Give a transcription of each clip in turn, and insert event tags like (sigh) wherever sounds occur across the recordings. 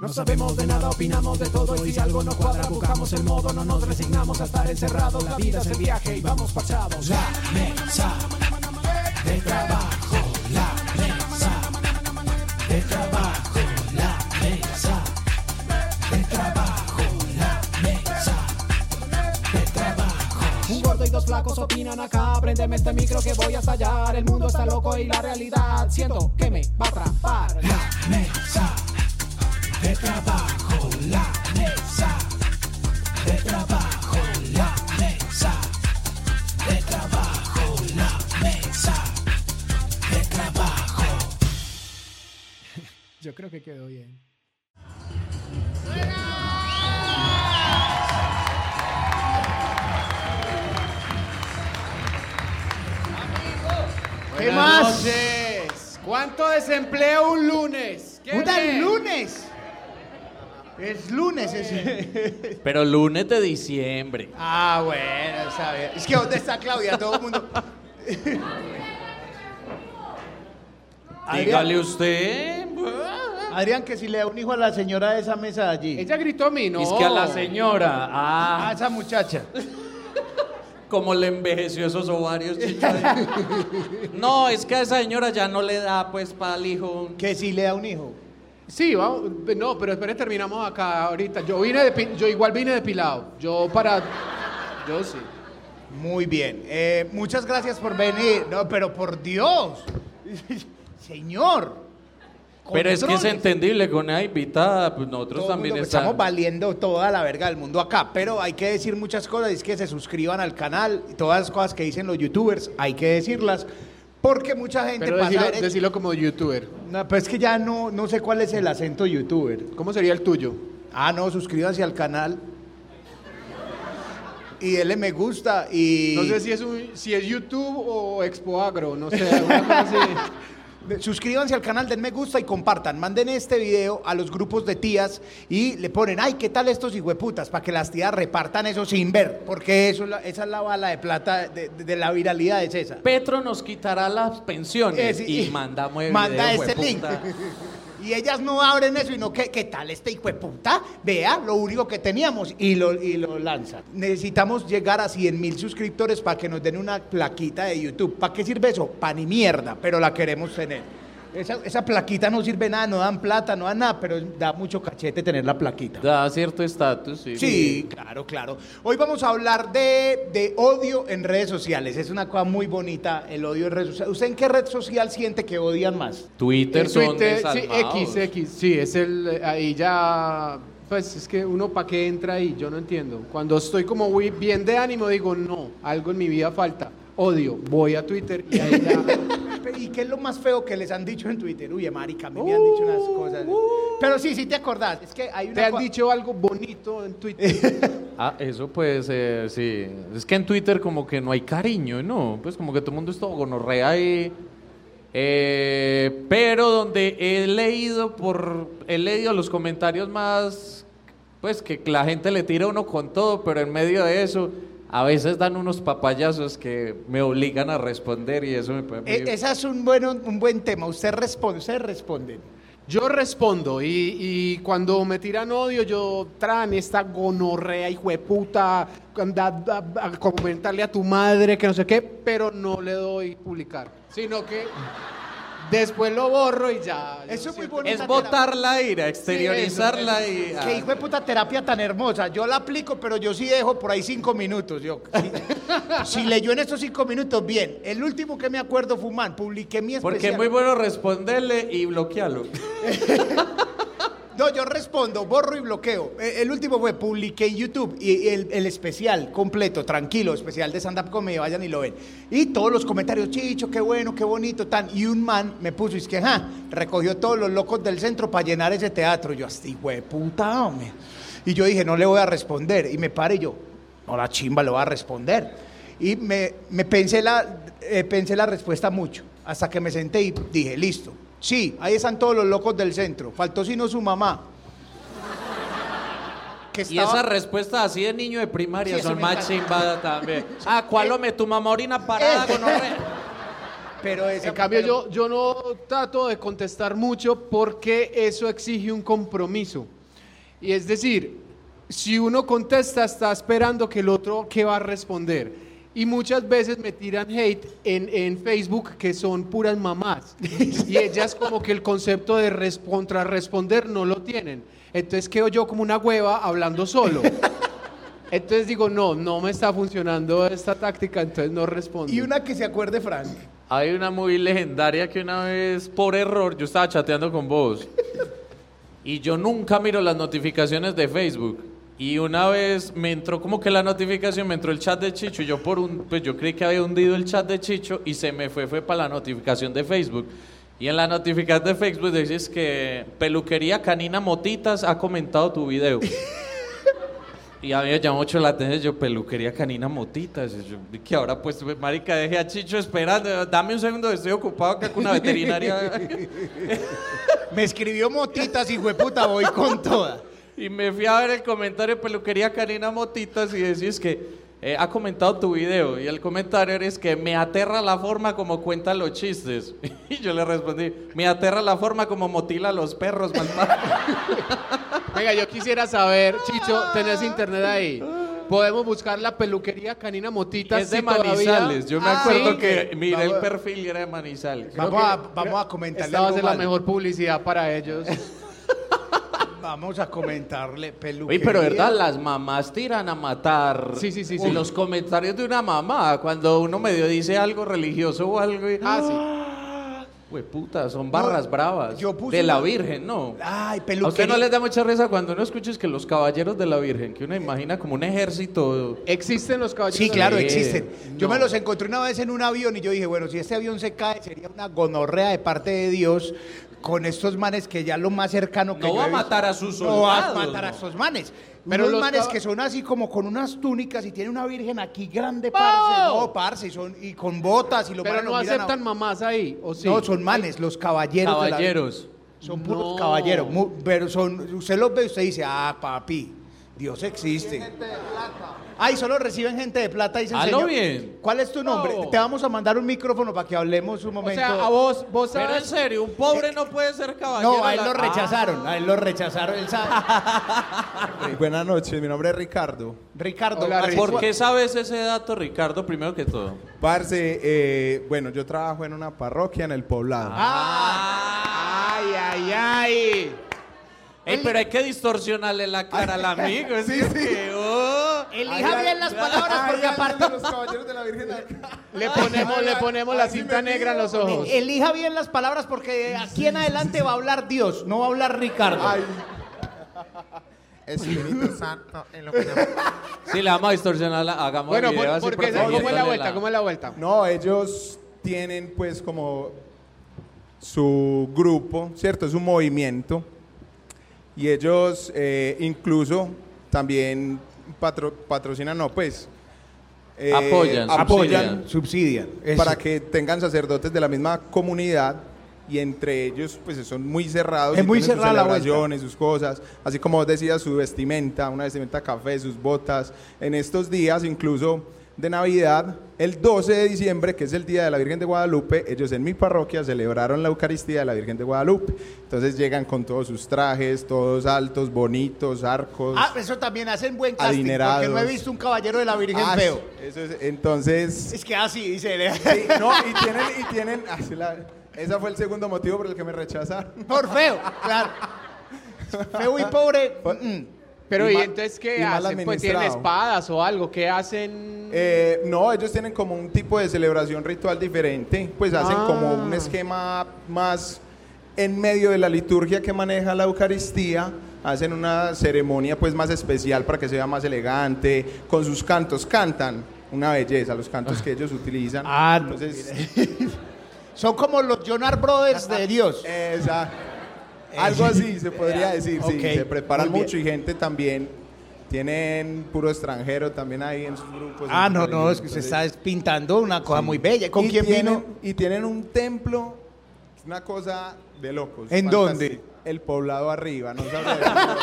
No sabemos de nada, opinamos de todo y si algo no cuadra buscamos el modo, no nos resignamos a estar encerrados. La vida es el viaje y vamos pasados. La mesa de trabajo, la mesa de trabajo, la mesa de trabajo, la mesa de trabajo. Un gordo y dos flacos opinan acá, prendeme este micro que voy a estallar. El mundo está loco y la realidad siento que me va a atrapar. La mesa de trabajo, la mesa de trabajo, la mesa de trabajo, la mesa de trabajo. Yo creo que quedó bien. ¿Qué Buenas más? noches. ¿Cuánto desempleo un lunes? ¿Qué ¡Puta, me- el lunes! Es lunes, es... Pero lunes de diciembre. Ah, bueno, sabe. Es que ¿dónde está Claudia? Todo el mundo... Dígale usted. Adrián, que si le da un hijo a la señora de esa mesa de (laughs) allí. Ella gritó a mí, ¿no? Es que a la señora. A Ah, esa muchacha. Ah. como le envejeció esos ovarios. (laughs) chichadero. no, es que a esa señora ya no le da pues para el hijo. Que si le da un hijo. Sí, vamos. No, pero espere, terminamos acá ahorita. Yo vine de pi- yo igual vine depilado. Yo para. Yo sí. Muy bien. Eh, muchas gracias por venir. No, pero por Dios. (laughs) Señor. Pero es que es controles. entendible con una invitada, pues nosotros Todo el también mundo, pues, estamos. Estamos valiendo toda la verga del mundo acá, pero hay que decir muchas cosas, es que se suscriban al canal, y todas las cosas que dicen los youtubers, hay que decirlas, porque mucha gente Pero pasa... decilo, dere- decilo como youtuber. No, pero es que ya no, no sé cuál es el acento youtuber. ¿Cómo sería el tuyo? Ah, no, suscríbanse al canal. Y dele me gusta y... No sé si es un, si es YouTube o Expo Agro, no (laughs) sé. alguna cosa así. Suscríbanse al canal, den me gusta y compartan. Manden este video a los grupos de tías y le ponen, ay, ¿qué tal estos hijueputas? Para que las tías repartan eso sin ver, porque eso, es la- esa es la bala de plata de, de- de la viralidad, es esa. Petro nos quitará las pensiones Eh, sí, y, mandamos el manda video, este link. (laughs) hueputa. Y ellas no abren eso, sino que, ¿qué tal este hijueputa? Vea lo único que teníamos y lo, y lo lanzan. Necesitamos llegar a 100 mil suscriptores para que nos den una plaquita de YouTube. ¿Para qué sirve eso? Pan ni mierda, pero la queremos tener. Esa, esa plaquita no sirve nada, no dan plata, no dan nada, pero da mucho cachete tener la plaquita. Da cierto estatus, sí. Sí, claro, claro. Hoy vamos a hablar de, de odio en redes sociales. Es una cosa muy bonita el odio en redes sociales. ¿Usted en qué red social siente que odian más? Twitter En son Twitter, sí, desalmados. X, X, sí, es el, eh, ahí ya, pues es que uno para qué entra ahí, yo no entiendo. Cuando estoy como muy bien de ánimo, digo, no, algo en mi vida falta, odio, voy a Twitter y (laughs) ahí ya. Pe- (laughs) ¿Y qué es lo más feo que les han dicho en Twitter? Uy, marica, a mí me han dicho unas cosas. Pero sí, sí te acordás. Es que hay una Uh, ¿Te han cua- dicho algo bonito en (laughs) Twitter? Ah, eso puede ser, sí. Es que en Twitter como que no hay cariño, ¿no? Pues como que todo el mundo es todo gonorrea y... eh, pero donde he leído por... He leído los comentarios más... Pues que la gente le tira a uno con todo, pero en medio de eso... A veces dan unos papayazos que me obligan a responder y eso me puede... E- esa es un buen, un buen tema. Usted responde, usted responde. Yo respondo y, y cuando me tiran odio, yo tran esta gonorrea, hijo de puta, anda a, a comentarle a tu madre que no sé qué, pero no le doy publicar, sino que después lo borro y ya. yo Eso es muy siento- bonito. es botar la ira, exteriorizarla eso, y... Qué ah. hijo de puta terapia tan hermosa. Yo la aplico, pero yo sí dejo por ahí cinco minutos. Yo, (laughs) si, si leyó en estos cinco minutos, bien. El último que me acuerdo fue un man. Publiqué mi especial. Porque es muy bueno responderle y bloquearlo. No, yo respondo, borro y bloqueo. Eh, El último fue, publiqué en YouTube y y el, el especial completo, tranquilo, especial de stand-up comedy, vayan y lo ven. Y todos los comentarios, chicho, qué bueno, qué bonito, tan. Y un man me puso, y es que, ajá, recogió todos los locos del centro para llenar ese teatro. Yo, así, güey, puta, hombre. Y yo dije, no le voy a responder. Y me paré y yo, no, la chimba le voy a responder. Y me, me pensé, la, eh, pensé la respuesta mucho, hasta que me senté y dije, listo. Sí, ahí están todos los locos del centro. Faltó sino su mamá. Que Y estaba- esas respuestas así de niño de primaria Sí, eso son me más encanta. chimbadas también. Ah, ¿cuál hombre? Tu mamá orina parada Ese. con Pero esa- En cambio, pero- yo, yo no trato de contestar mucho porque eso exige un compromiso. Y es decir, si uno contesta, está esperando que el otro que va a responder. Y muchas veces me tiran hate en, en Facebook que son puras mamás. Y ellas como que el concepto de res- contrarresponder no lo tienen. Entonces quedo yo como una hueva hablando (laughs) solo. Entonces digo, no, no me está funcionando esta táctica, entonces no respondo. Y una que se acuerde, Frank. Hay una muy legendaria que una vez, por error, yo estaba chateando con vos. Y yo nunca miro las notificaciones de Facebook. Y una vez me entró como que la notificación, me entró el chat de Chicho. Y yo por un, pues yo creí que había hundido el chat de Chicho y se me fue, fue para la notificación de Facebook. Y en la notificación de Facebook dices que peluquería canina motitas ha comentado tu video. Y a mí me llamó mucho la atención, yo peluquería canina motitas. y Yo, que ahora pues, marica, dejé a Chicho esperando. Dame un segundo, estoy ocupado acá con una veterinaria. (laughs) Me escribió motitas, hijo de puta, voy con toda. Y me fui a ver el comentario de peluquería Karina Motitas y decís que eh, ha comentado tu video. Y el comentario es que me aterra la forma como cuenta los chistes. (laughs) Y yo le respondí, me aterra la forma como motila a los perros, (laughs) man". Venga, yo quisiera saber, Chicho, tenés internet ahí. Podemos buscar la peluquería canina motita. es de Manizales. Yo me acuerdo Ah, sí. que miré Vamos el a- perfil y era de Manizales. Vamos a, vamos a comentarle Esta va a algo ser la malo. mejor publicidad para ellos. Vamos a comentarle peluquería. Oye, pero verdad, las mamás tiran a matar. Sí, sí, sí, O sí. Los comentarios de una mamá, cuando uno medio dice algo religioso o algo. Y, Ah, sí. Pues puta, son barras No, bravas. yo puse de la una- Virgen, ¿no? Ay, ¿A peluquería. usted no les da mucha risa cuando uno escucha es que los caballeros de la Virgen, que uno imagina como un ejército. Existen los caballeros. Sí, claro, Sí. existen. Yo No. me los encontré una vez en un avión y yo dije, bueno, si este avión se cae, sería una gonorrea de parte de Dios con estos manes que ya lo más cercano que No yo va he a visto. matar a sus No va a soldados, matar a no. esos manes. Pero Unos los manes caba- que son así como con unas túnicas y tiene una virgen aquí grande, parce. ¡Oh! No, parce, y son, y con botas y lo Pero manes no lo miran a- aceptan mamás ahí, ¿o sí? No, son manes, los caballeros. de la- Caballeros. Son puros No. caballeros. mu- Pero son, usted los ve y usted dice, ah, papi, Dios existe. Ay, solo reciben gente de plata y se Hazlo enseñó. bien. ¿Cuál es tu nombre? Bravo. Te vamos a mandar un micrófono para que hablemos un O momento. sea, a vos, vos Pero en sabes... serio, un pobre no puede ser caballero. no, a de él la- lo rechazaron, a él lo rechazaron. (laughs) Él sabe. Buenas noches, mi nombre es Ricardo. Ricardo, Hola, así Ah, Rick. fue- ¿Por qué sabes ese dato, Ricardo, primero que todo? Parce, eh, bueno, yo trabajo en una parroquia en el poblado. Ah, ¡Ay, ay, ay! Ey, pero hay que distorsionarle la cara al amigo. sí, sí. oh. Elija bien las palabras porque aparte... los caballeros de la Virgen acá. Le ponemos, le ponemos la cinta negra en los ojos. Elija bien las palabras porque de aquí en adelante va a hablar Dios, no va a hablar Ricardo. Espíritu Santo en lo Sí, le vamos a distorsionar, la- hagamos Bueno, el video por- así, porque... favor, ¿Cómo es la dándole vuelta? ¿Cómo es la vuelta? No, ellos tienen pues como su grupo, ¿cierto? Es un movimiento. Y ellos eh, incluso también patro- patrocinan, no, pues... eh, Apoyan, apoyan Subsidian. para que tengan sacerdotes de la misma comunidad y entre ellos pues son muy cerrados Es y muy tienen cerrada la sus celebraciones, sus cosas, así como vos decías su vestimenta, una vestimenta café, sus botas. En estos días incluso de Navidad, el 12 de diciembre, que es el día de la Virgen de Guadalupe, ellos en mi parroquia celebraron la Eucaristía de la Virgen de Guadalupe. Entonces llegan con todos sus trajes, todos altos, bonitos, arcos. Ah, eso también hacen buen casting, porque Pues, Adinerados. no he visto un caballero de la Virgen Ah, feo. eso es- entonces Es que así dice, Sí, no, y tienen, y tienen. ah, sí, la- esa fue el segundo motivo por el que me rechazaron. (laughs) por feo, claro. Feo y pobre. mm, mm. Pero, Y ¿y ma- entonces qué y mal hacen? Pues tienen administrado. espadas o algo. ¿Qué hacen? Eh, no, ellos tienen como un tipo de celebración ritual diferente. Pues hacen Ah. como un esquema más en medio de la liturgia que maneja la Eucaristía. Hacen una ceremonia pues más especial para que sea más elegante. Con sus cantos cantan. Una belleza, los cantos que ellos utilizan. Ah, no, entonces. Son como los Jonar Brothers de Dios. Exacto. Algo así (laughs) se podría decir, sí. Ok, Se preparan muy bien. mucho y gente también. Tienen puro extranjero también ahí en sus grupos. Ah, no, Entonces, no, es que se está pintando una cosa muy bella. ¿Con y quién tienen, vino? Y tienen un templo, una cosa de locos. ¿En dónde? El poblado arriba, no sabría (laughs) decirlo.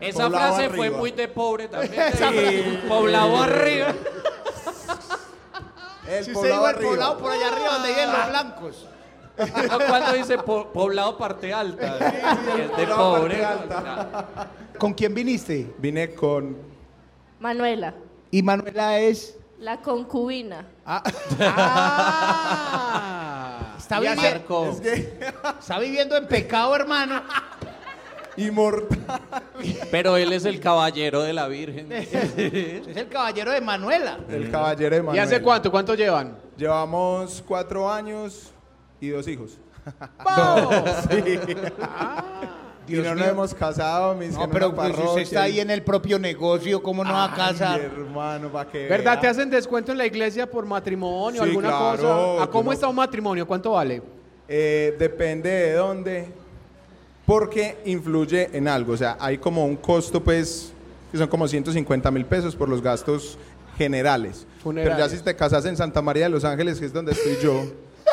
Esa Poblado frase fue arriba. muy de pobre (laughs) también. Poblado arriba. El Si se poblado iba al arriba. poblado por allá arriba donde viven los blancos. No, cuando dice po- poblado parte alta. que es de poblado parte pobre. alta. ¿Con quién viniste? Vine con. Manuela, Y Manuela es... la concubina. Ah. Está, Ah. Y vivi- Marco. Es que. está viviendo en pecado, hermano. Inmortal. Pero él es el caballero de la Virgen. Es el caballero de Manuela. El caballero de ¿Y Manuel. hace cuánto? ¿Cuánto llevan? Llevamos cuatro años y dos hijos. (laughs) y no nos hemos casado, mis No, pero pues, si usted está ahí en el propio negocio, ¿cómo no va a casar? hermano, para que. ¿Verdad? vea. ¿Te hacen descuento en la iglesia por matrimonio, Sí, alguna claro, cosa? ¿A tú cómo no- está un matrimonio? ¿Cuánto vale? Eh, depende de dónde, porque influye en algo. O sea, hay como un costo, pues, que son como 150 mil pesos por los gastos generales. Pero Funerarios. ya si te casas en Santa María de los Ángeles, que es donde estoy yo,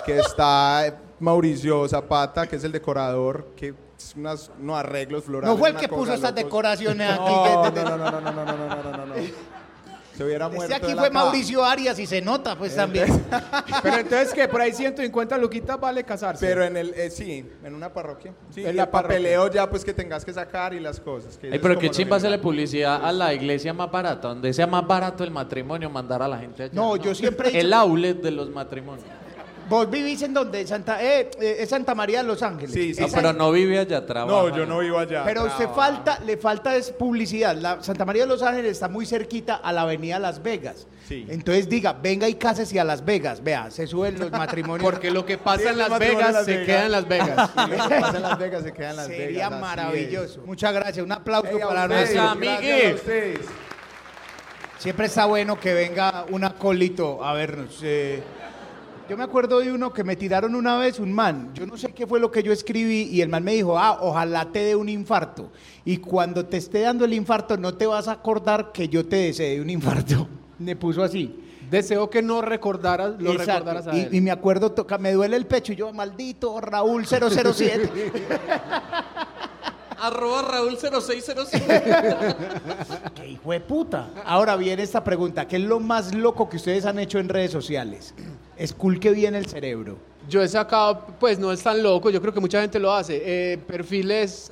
que está eh, Mauricio Zapata, que es el decorador, que es unas, unos arreglos florales. No fue el una que cosa puso estas locos. decoraciones aquí. No, que- no, no, no, no, no, no, no, no, no, no, no. Se hubiera muerto. Este aquí de la Eh. fue cara. Mauricio Arias y se nota, pues también. Pero entonces, ¿qué? Por ahí 150 luquitas vale casarse. Pero en el, eh, sí, en una parroquia. Sí, En y la el papeleo ya pues que tengas que sacar y las cosas. que Ay, eso es pero como qué lo chimba hacerle general. publicidad a la iglesia más barata, donde sea más barato el matrimonio, mandar a la gente allá. No, yo siempre he dicho- El outlet de los matrimonios. Vos vivís en donde Santa eh, eh, es Santa María de los Ángeles. Sí, sí, Ah. No, Esa- Ah, pero no vive allá, trabaja. No, yo no vivo allá. Pero usted falta, le falta es publicidad. La Santa María de los Ángeles está muy cerquita a la avenida Las Vegas. Sí. Entonces diga, venga y cásese a Las Vegas. Vea, se suben (laughs) los matrimonios. Porque lo que pasa Sí, en el Las matrimonio Vegas, en Las se Vegas. queda en Las (laughs) Vegas. Sí, lo que pasa en Las Vegas se queda en Las Vegas. Sería así es. maravilloso. Muchas gracias. Un aplauso Ey, a para ustedes, nuestro. nuestra gracias a amiga. ustedes. Siempre está bueno que venga un acólito a vernos. eh. yo me acuerdo de uno que me tiraron una vez, un man. Yo no sé qué fue lo que yo escribí y el man me dijo, ah, ojalá te dé un infarto. Y cuando te esté dando el infarto, no te vas a acordar que yo te deseé un infarto. (laughs) Me puso así. Deseo que no recordaras, lo Exacto. recordaras a y, él. y me acuerdo, toca, me duele el pecho y yo, maldito Raúl 007. (laughs) Arroba Raúl 0607. (laughs) ¡Qué hijo de puta! Ahora viene esta pregunta. ¿Qué es lo más loco que ustedes han hecho en redes sociales? Esculque bien el cerebro. Yo he sacado, pues no es tan loco, yo creo que mucha gente lo hace, eh, perfiles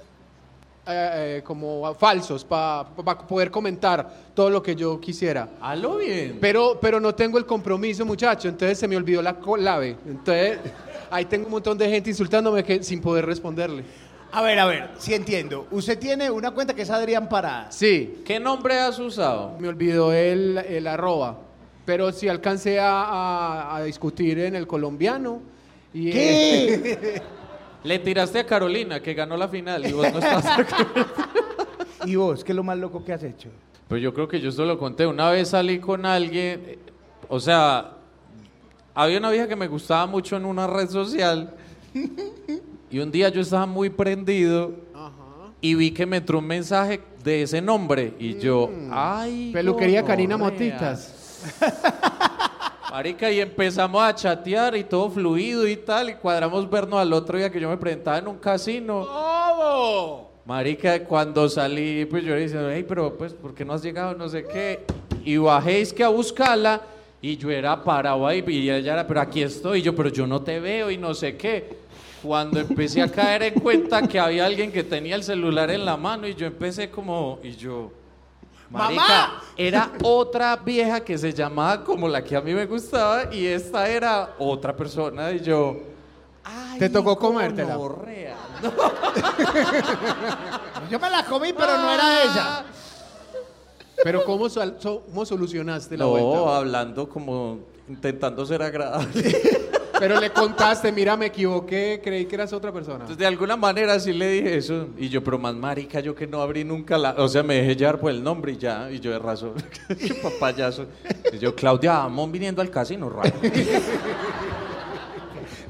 eh, eh, como falsos para poder comentar todo lo que yo quisiera. A lo bien. Pero, pero no tengo el compromiso, muchacho, entonces se me olvidó la clave. Entonces ahí tengo un montón de gente insultándome que, sin poder responderle. A ver, a ver, sí entiendo. Usted tiene una cuenta que es Adrián Paradas. Sí, ¿Qué nombre has usado? me olvidó el, el arroba, pero sí alcancé a, a- a discutir en el colombiano. Y, eh, ¿Qué? Le tiraste a Carolina, que ganó la final, y vos no estás acá. ¿Y vos, qué es lo más loco que has hecho? Pues yo creo que yo solo lo conté. Una vez salí con alguien, eh, o sea, había una vieja que me gustaba mucho en una red social. Y un día yo estaba muy prendido y vi que me entró un mensaje de ese nombre. Y yo, ay. Mm. (laughs) Peluquería Karina gonorrea". Motitas. Marica, y empezamos a chatear y todo fluido y tal. Y cuadramos vernos al otro día que yo me presentaba en un casino. Marica, cuando salí, pues yo le dije, hey, pero pues, ¿por qué no has llegado? No sé qué. Y bajé, es que a buscarla, y yo era parado ahí, y ella era, pero aquí estoy, y yo, pero yo no te veo, y no sé qué. Cuando empecé a caer en cuenta que había alguien que tenía el celular en la mano, y yo empecé como, y yo, Marica, ¡Mamá! era otra vieja que se llamaba como la que a mí me gustaba, y esta era otra persona, y yo, ay, Te tocó comértela. gonorrea. Yo me la comí, pero no era ella. Ah. Pero ¿cómo, sol- so- cómo solucionaste la No, vuelta? hablando como intentando ser agradable. (laughs) Pero le contaste, mira, me equivoqué, creí que eras otra persona. Entonces, de alguna manera sí le dije eso. Y yo, pero más marica, yo que no abrí nunca la. O sea, me dejé llevar por el nombre y ya. Y yo de razón. (laughs) papayazo. Y yo, Claudia, vamos viniendo al casino, raro.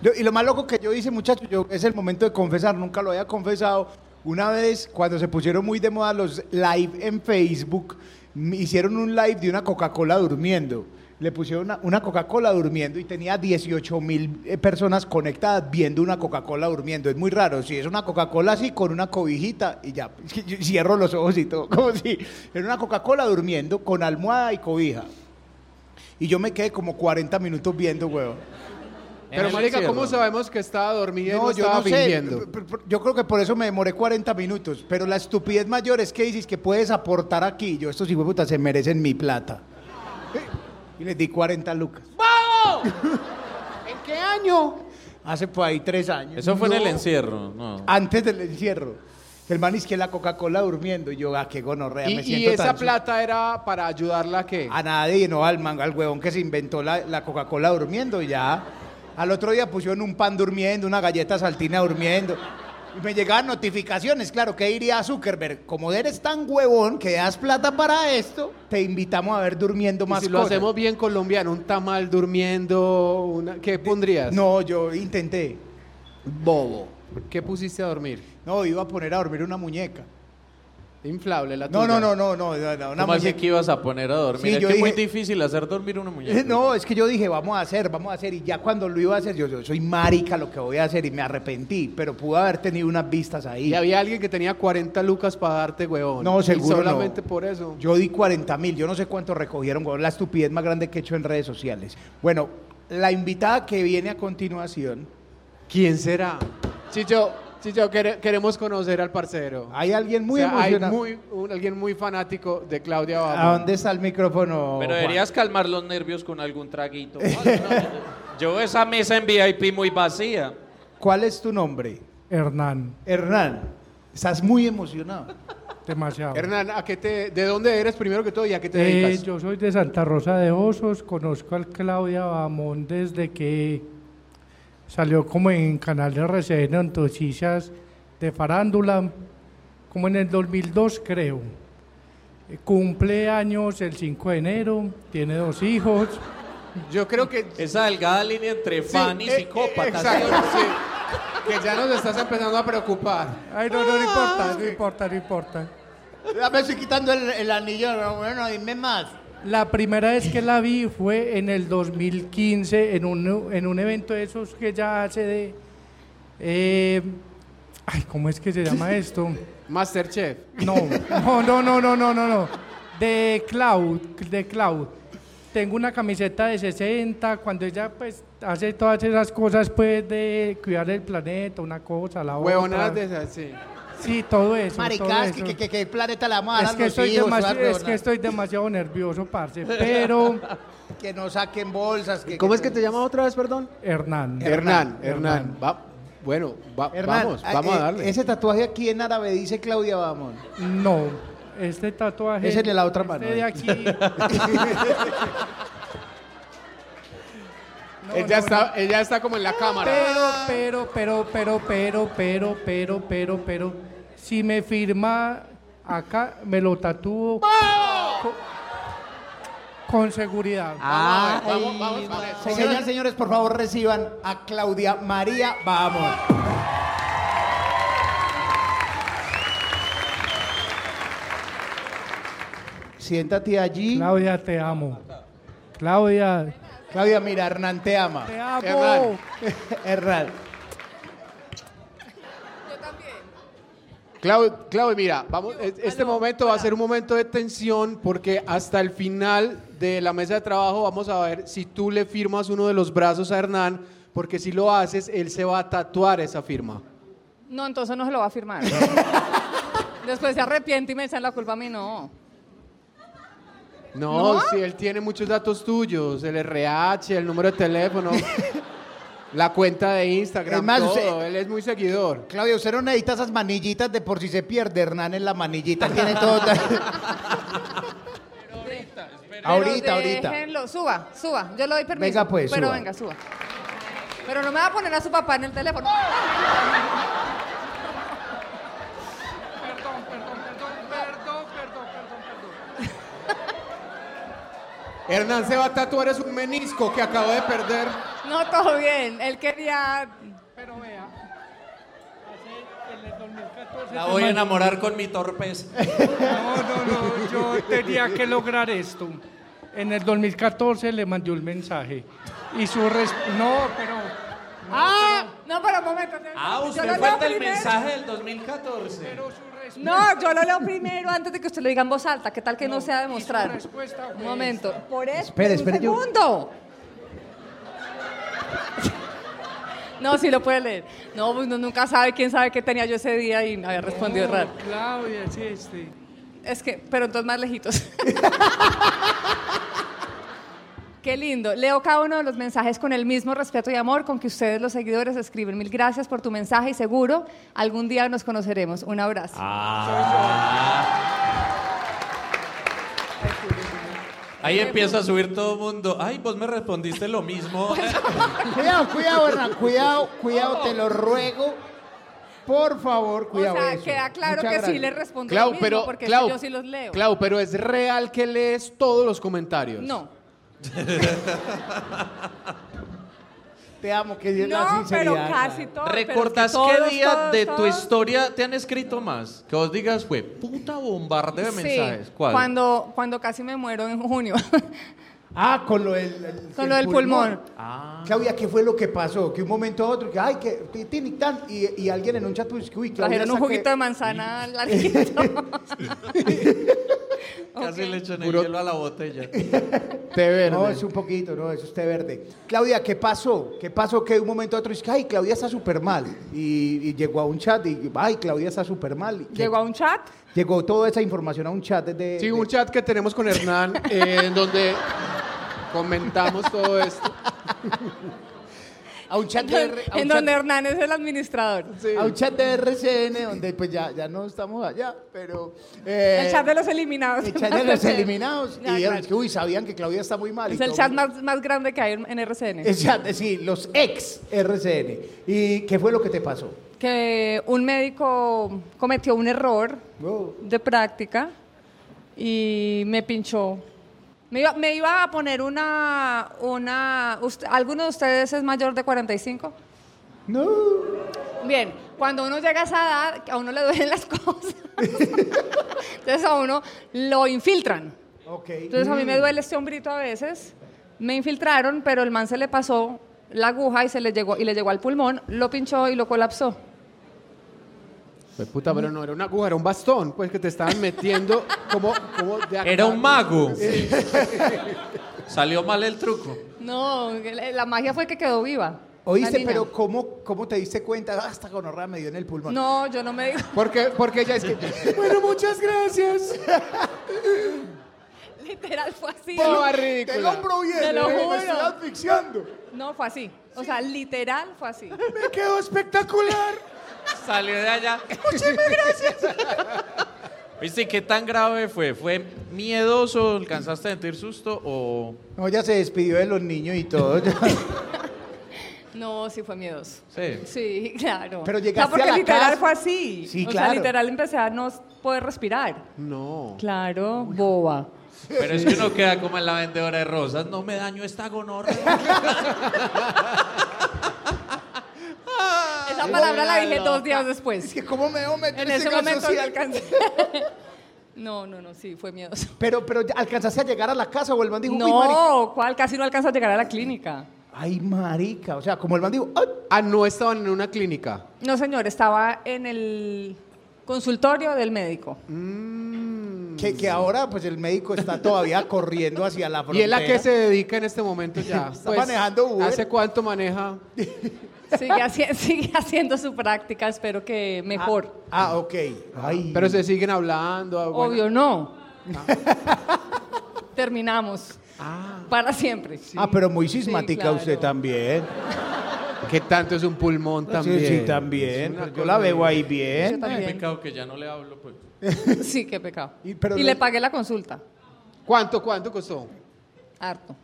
Yo- y lo más loco que yo hice, muchachos, yo, es el momento de confesar, nunca lo había confesado. Una vez, cuando se pusieron muy de moda los live en Facebook, me hicieron un live de una Coca-Cola durmiendo. Le pusieron una, una Coca-Cola durmiendo y tenía 18 mil eh, personas conectadas viendo una Coca-Cola durmiendo. Es muy raro. Si es una Coca-Cola así, con una cobijita y ya. (laughs) Es que yo cierro los ojos y todo. Como si era una Coca-Cola durmiendo con almohada y cobija. Y yo me quedé como 40 minutos viendo, huevo. Pero, el Marica, ¿cómo encierro. sabemos que estaba dormida y no No, yo estaba no sé. fingiendo? P- p- Yo creo que por eso me demoré 40 minutos. Pero la estupidez mayor es que dices que puedes aportar aquí. Yo, estos puta se merecen mi plata. Y les di 40 lucas. (laughs) ¿En qué año? Hace por ahí tres años. Eso fue en el No. Ah, encierro, no. Antes del encierro. El man es que la Coca-Cola durmiendo. Y yo, ah, qué gonorrea, Y, me y siento esa tan su- plata era para ayudarla a qué? A nadie, no al man, al huevón que se inventó la, la Coca-Cola durmiendo y ya. Al otro día pusieron un pan durmiendo, una galleta saltina durmiendo. Y me llegaban notificaciones, claro, que iría a Zuckerberg. Como eres tan huevón que das plata para esto, te invitamos a ver durmiendo Y más si lo cosas. hacemos bien colombiano, un tamal durmiendo, una- ¿qué pondrías? No, yo intenté. Bobo. ¿Qué pusiste a dormir? No, iba a poner a dormir una muñeca. Inflable la No, tuya. no, no, no, no, no, no, una ¿Cómo así muñeca. que ibas a poner a dormir? Sí, es que yo es muy dije- difícil hacer dormir una muñeca. Eh, (laughs) No, es que yo dije, vamos a hacer, vamos a hacer. Y ya cuando lo iba a hacer, yo, yo soy marica lo que voy a hacer y me arrepentí. Pero pude haber tenido unas vistas ahí. Y había alguien que tenía 40 lucas para darte, huevón. No, Y seguro no. solamente por eso. Yo di 40 mil, yo no sé cuánto recogieron, weón, la estupidez más grande que he hecho en redes sociales. Bueno, la invitada que viene a continuación, ¿Quién será? Chicho, Chicho, quere- queremos conocer al parcero. hay alguien Ah, muy O sea, hay emocionado. Ah, muy- un- alguien muy fanático de Claudia ¿A Babo. dónde está el micrófono? Pero Juan? deberías calmar los nervios con algún traguito. Yo veo esa mesa en VIP muy vacía. ¿Cuál es tu nombre? Hernán, Hernán, estás muy emocionado. demasiado. Hernán, ¿a qué te, ¿de dónde eres primero que todo y a qué te Eh, dedicas? yo soy de Santa Rosa de Osos, conozco al Claudia Bamón desde que salió como en Canal de RCN Antochillas de Farándula, como en el 2002 creo. Eh, Cumple años el 5 de enero, tiene dos hijos. Yo creo que Esa delgada línea entre fan y eh, psicópata. Exacto, sí. Que ya nos estás empezando a preocupar. Ay, no, no, no importa, Ah. no importa, no importa. (laughs) Ya me estoy quitando el, el anillo, no, bueno, dime más. La primera vez que la vi fue en el 2015 en un, en un evento de esos que ya hace de... eh, ay, ¿cómo es que se llama esto? Masterchef. No, no, no, no, no, no, no, no. De Cloud, de Cloud. Tengo una camiseta de 60, cuando ella pues hace todas esas cosas pues de cuidar el planeta, una cosa, la otra. Huevonadas de esas, sí. Sí, todo eso. todo Maricas, que, eso. que, que, que planeta la vamos a dar Es a que, los estoy hijos, demasi- todas es que huevonas. estoy demasiado nervioso, parce, (laughs) pero... Que no saquen bolsas. Que, ¿Cómo es que te llamas otra vez, perdón? Hernán. Hernán, Hernán. ah, Va- bueno, va- Hernán, vamos, vamos eh, a darle. Ese tatuaje aquí en árabe dice Claudia Bamón. No, este tatuaje. Ese de la otra mano, Este de ¿eh? (laughs) aquí. No, ella, no, está, no. ella está como en la cámara. Pero, pero, pero, pero, pero, pero, pero, pero. Si me firma acá, me lo tatúo. co- Con, seguridad. Ah. Vamos a ver, vamos, vamos, vamos. Señoras y señores, por favor reciban a Claudia María Vamos. Siéntate allí. Claudia, te amo. Claudia, Claudia, mira, Hernán te ama. te amo. Hernán. (laughs) Hernán. Clau, Clau, mira, vamos, es- este momento va a ser un momento de tensión porque hasta el final de la mesa de trabajo vamos a ver si tú le firmas uno de los brazos a Hernán, porque si lo haces, él se va a tatuar esa firma. No, entonces no se lo va a firmar. (laughs) Después se arrepiente y me echan la culpa a mí, no. No, ¿No? si él tiene muchos datos tuyos, el RH, el número (laughs) de teléfono, la cuenta de Instagram, Es más, todo, usted- él es muy seguidor. Claudia, usted no necesita esas manillitas de por si se pierde. Hernán en la manillita tiene (laughs) todo. (laughs) ahorita, Pero ahorita. déjenlo, suba, suba. Yo le doy permiso. Venga, pues, Pero suba. venga, suba. Pero no me va a poner a su papá en el teléfono. Hernán se va a tatuar es un menisco que acabo de perder. No, todo bien. Él quería. Pero vea, hace en el 2014 La se voy mandó- a enamorar con mi torpeza. No, no, no, yo tenía que lograr esto. En el 2014 le mandé un mensaje y su res- no, pero ¡Ah! No, pero un momento. Ah, Yo usted lo fue leo el del primero. mensaje del 2014. pero su res- No, yo lo leo primero antes de que usted lo diga en voz alta. ¿Qué tal que no, No, sea y su demostrar? respuesta fue Un momento. Por eso. Espere, espere, un yo- segundo. (laughs) No, sí lo puede leer. No, pues, uno nunca sabe quién sabe qué tenía yo ese día y había respondido raro. Claudia, sí, este. Es que, pero entonces más (laughs) lejitos. Qué lindo. Leo cada uno de los mensajes con el mismo respeto y amor con que ustedes, los seguidores, escriben. Mil gracias por tu mensaje y seguro algún día nos conoceremos. Un abrazo. Ah. Ahí empieza a subir todo el mundo. Ay, vos me respondiste lo (laughs) mismo. Cuidado, cuidado, Hernán, cuidado, cuidado, te lo ruego. Por favor, o cuidado. sea, eso. queda claro Muchas que sí gracias. les respondí Clau, lo mismo pero, porque es que Clau, yo sí los leo. Clau, pero es real que lees todos los comentarios. no. Te amo, que Dios la No, pero sinceridad. casi todo. ¿Recordás qué día de tu historia te han escrito más? Que vos digas, fue puta bombardeo de mensajes. ¿Cuál? Cuando, cuando casi me muero en junio. (laughs) Ah, con lo del, el- Con el lo del pulmón. Ah, Claudia, ¿qué fue lo que pasó? Que un momento a otro, que ay, que ti- tin y tan, y, y alguien en un chat, pues, que, uy, Claudia Trajeron un está juguito que- de manzana al larguito. (laughs) (laughs) Casi le echan el Puro- hielo a la botella. Te verde. No, es un poquito, no, eso es té verde. Claudia, ¿qué pasó? ¿Qué pasó que de un momento a otro es que, ay, Claudia está súper mal? Y, y llegó a un chat y, ay, Claudia está súper mal. Y que- Llegó a un chat. Llegó toda esa información a un chat desde... Sí, de- un chat que tenemos con Hernán (laughs) eh, en donde comentamos todo esto. a un chat de... R- a un En chat- donde Hernán es el administrador. a un chat de RCN donde pues ya, ya no estamos allá, pero... eh, El chat de los eliminados. el chat (laughs) de los eliminados. Ya, y claro. es que, uy, sabían que Claudia está muy mal. y Es el todo chat mundo- más, más grande que hay en en RCN. El chat, eh, sí, los ex RCN. ¿Y qué fue lo que te pasó? Que un médico cometió un error Oh. de práctica y me pinchó. Me iba, me iba a poner una... una usted- ¿Alguno de ustedes es mayor de 45? No. Bien, cuando uno llega a esa edad, a uno le duelen las (laughs) cosas. Entonces a uno lo infiltran. Ok. Entonces a mí me duele este hombrito a veces. Me infiltraron, pero el man se le pasó la aguja y se le llegó y le llegó al pulmón, lo pinchó y lo colapsó. Pues puta, pero no era una aguja, era un bastón, pues que te estaban metiendo como, como de acá. Era un mago. (laughs) Salió mal el truco. No, la la magia fue que quedó viva. la Oíste, niña. pero ¿cómo, ¿cómo te diste cuenta? Ah, Hasta gonorrea me dio en el pulmón. No, yo no me digo. (laughs) Porque, porque ella es que. Bueno, muchas gracias. Literal fue así. Por la Te ridícula. lo hombro bien, Te lo eh, juro. me estoy asfixiando. No, fue así. O sea, literal fue así. Me quedó espectacular. Salió de allá. (laughs) Muchísimas gracias. ¿Viste qué tan grave fue? ¿Fue miedoso? ¿Alcanzaste a sentir susto? ¿O No, ya se despidió de los niños (laughs) y todo. ya. No, sí fue miedoso. sí? Sí, (laughs) claro. Pero O sea, llegaste a porque la literal casa. fue así. Sí, o claro. sea, literal empecé a no poder respirar. No. Claro, boba. Pero es que uno queda como en la vendedora de rosas. No me daño esta gonorrea. Esa palabra la dije dos días después. Es que cómo me voy a meter En ese ese gas momento social? me (laughs) alcancé. No, no, no, sí, fue miedoso. Pero, pero ¿ya ¿alcanzaste a llegar a la casa o el man dijo, uy, marica? No, ¿cuál? Casi no alcanzó a llegar a la clínica. Ay, marica. O sea, como el man dijo, ay, Ah, no estaban en una clínica. No, señor, estaba en el consultorio del médico. que, que ahora pues el (laughs) médico está todavía corriendo hacia la ¿Y frontera. él a qué se dedica en este momento ya? (laughs) Está manejando Uber. ¿Hace cuánto maneja? Sigue, haci- (laughs) sigue haciendo su práctica, espero que mejor. Ah, ok. Ay. Pero se siguen hablando. ah, bueno. Obvio, no. Terminamos. Para siempre. Ah, pero muy Sí, sismática claro. usted también. Que tanto es un pulmón también. Sí, sí, Es también. una Yo la cosa veo ahí Yo bien. Qué también. pecado que ya no le hablo. Pues. Sí, qué pecado. Y- Y, pero no- le pagué la consulta. ¿Cuánto, cuánto costó? Harto.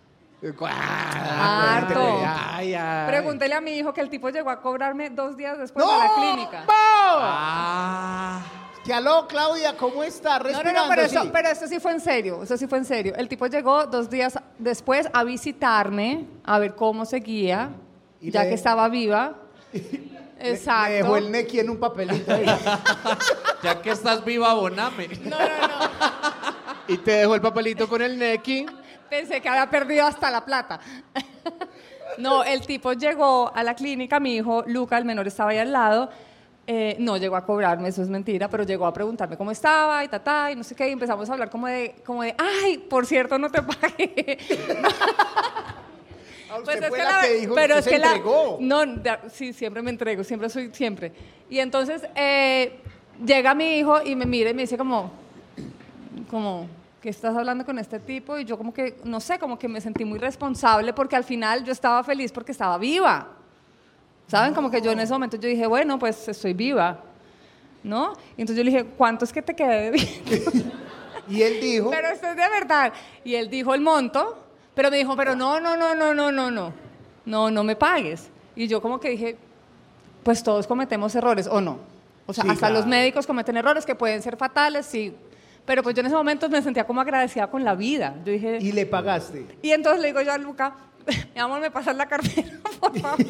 Eh, cu- Ah, Harto. pues, Ay, ay. Pregúntele a mi hijo que el tipo llegó a cobrarme dos días después de la clínica. Ah. Que aló, Claudia, ¿cómo está? No, Respirando, no, no, pero sí. eso, pero eso sí fue en serio, eso sí fue en serio. El tipo llegó dos días después a visitarme, a ver cómo seguía, Y ya le- que estaba (laughs) viva. Me- Exacto. Me dejó el neki en un (laughs) papelito. ahí. Ya que estás viva, boname. No, no, no. Y te dejó el papelito con el neki. Pensé que había perdido hasta la plata. (laughs) No, el tipo llegó a la clínica, mi hijo Luca, el menor, estaba ahí al lado. eh, no llegó a cobrarme, eso es mentira, pero llegó a preguntarme cómo estaba y ta, ta, y no sé qué. Y empezamos (laughs) a hablar como de, como de ay, por cierto, no te pagué. Pues Ah, usted es fue que la la- que dijo, pero usted es se que la- entregó. no, da- sí, siempre me entrego, siempre soy, siempre. Y entonces eh, llega mi hijo y me mira y me dice como, como, ¿qué estás hablando con este tipo? Y yo como que, no sé, como que me sentí muy responsable porque al final yo estaba feliz porque estaba viva. ¿Saben? Como que yo en ese momento yo dije, bueno, pues estoy viva. ¿No? Y entonces yo le dije, ¿cuánto es que te quedé debiendo?" Y él dijo, Pero esto es de verdad. Y él dijo el monto, pero me dijo, pero no, no, no, no, no, no, no. No, no me pagues. Y yo como que dije, pues todos cometemos errores, ¿o no? O sea, Sí, hasta claro. los médicos cometen errores que pueden ser fatales, sí. Pero pues yo en ese momento me sentía como agradecida con la vida. Yo dije... y le pagaste. Y entonces le digo yo a Luca, (laughs) mi amor, me pasas la cartera, (laughs) por favor.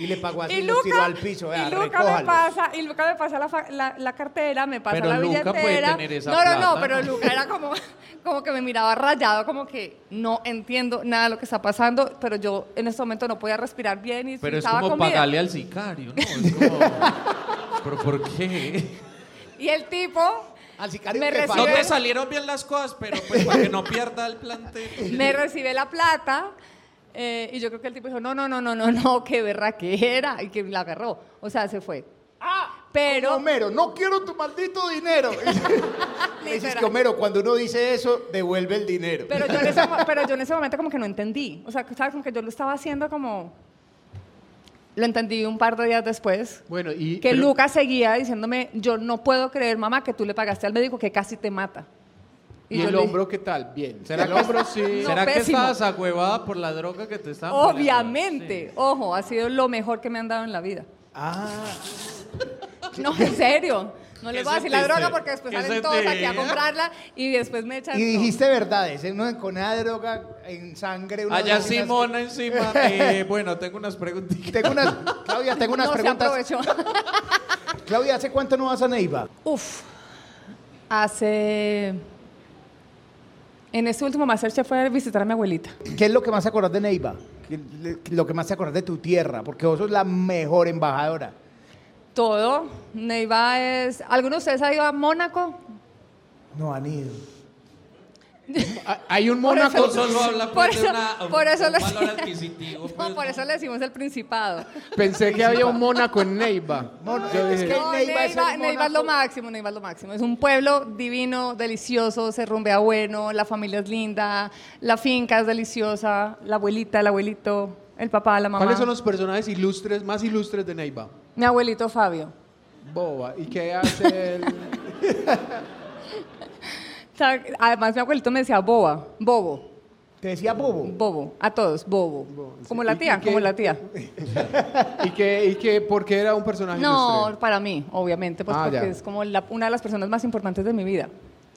Y le pagó así, y y los tiró al piso. vea, y Luca me recójalos. pasa, y Luca me pasa la, fa- la- la cartera, me pasa Pero la Luca billetera. puede tener esa no, no, plata. no, pero Luca era como, (laughs) como que me miraba rayado, como que no entiendo nada de lo que está pasando, pero yo en este momento no podía respirar bien y Pero es estaba como comida. pagarle al sicario, ¿no? Es como. ¿Pero por qué? Y el tipo Al sicario me que recibe- No te salieron bien las cosas, pero pues para que no pierda el plantel. me recibe la plata eh, y yo creo que el tipo dijo, no, no, no, no, no, no, qué berraquera, y que la agarró. O sea, se fue. Ah, Pero- como Homero, no quiero tu (laughs) maldito dinero. Le dices Literal. que Homero, cuando uno dice eso, devuelve el dinero. Pero yo, en ese, mo- pero yo en ese momento como que no entendí. O sea, ¿sabes? Como que yo lo estaba haciendo como... Lo entendí un par de días después. Bueno, y. que pero- Lucas seguía diciéndome, yo no puedo creer, mamá, que tú le pagaste al médico que casi te mata. ¿Y yo el le- hombro qué tal? Bien. ¿Será el que- hombro sí. No, ¿Será que pésimo. estabas agüevada por la droga que te estaban poniendo? Obviamente, ojo, ha sido lo mejor que me han dado en la vida. Ah, (laughs) No, en serio. No les ¿Qué voy a decir la sentiste? droga porque después ¿Qué salen todos aquí a sentí? comprarla y después me echan... y no. dijiste verdades, ¿eh? no con nada de droga en sangre. unas Allá vainas- Simona encima. eh, bueno, tengo unas preguntitas. Tengo unas, Claudia, tengo (laughs) unas No se preguntas. aprovechó. Claudia, ¿hace cuánto no vas a Neiva? Uf, hace... En este último Masterchef fue a visitar a mi abuelita. ¿Qué es lo que más te acordás de Neiva? ¿Qué- le- Lo que más te acordás de tu tierra, porque vos sos la mejor embajadora. Todo. Neiva es... ¿Alguno de ustedes ha ido a Mónaco? No han ido. Ah, Hay un Por Mónaco. No solo habla Por pues, de eso- una- un- por eso un lo- (laughs) valor adquisitivo. pues, No, por eso le decimos el Principado. Pensé que había un Mónaco en Neiva. Mono- Yo es dije- que No, Neiva es el Neiva, Neiva es Mónaco. lo máximo, Neiva es lo máximo. Es un pueblo divino, delicioso, se rumbea bueno, la familia es linda, la finca es deliciosa, la abuelita, el abuelito, el papá, la mamá. ¿Cuáles son los personajes ilustres, más ilustres de Neiva? Mi abuelito Fabio. Boba. ¿Y qué hace el.? O sea, Además, mi abuelito me decía boba, bobo, Te decía bobo. bobo, a todos, bobo. Como la ¿Y- y tía, qué? como la tía. ¿Y qué, y qué, por qué era un personaje No, ilustre? para mí, obviamente, pues Ah, porque ya. es como la- una de las personas más importantes de mi vida,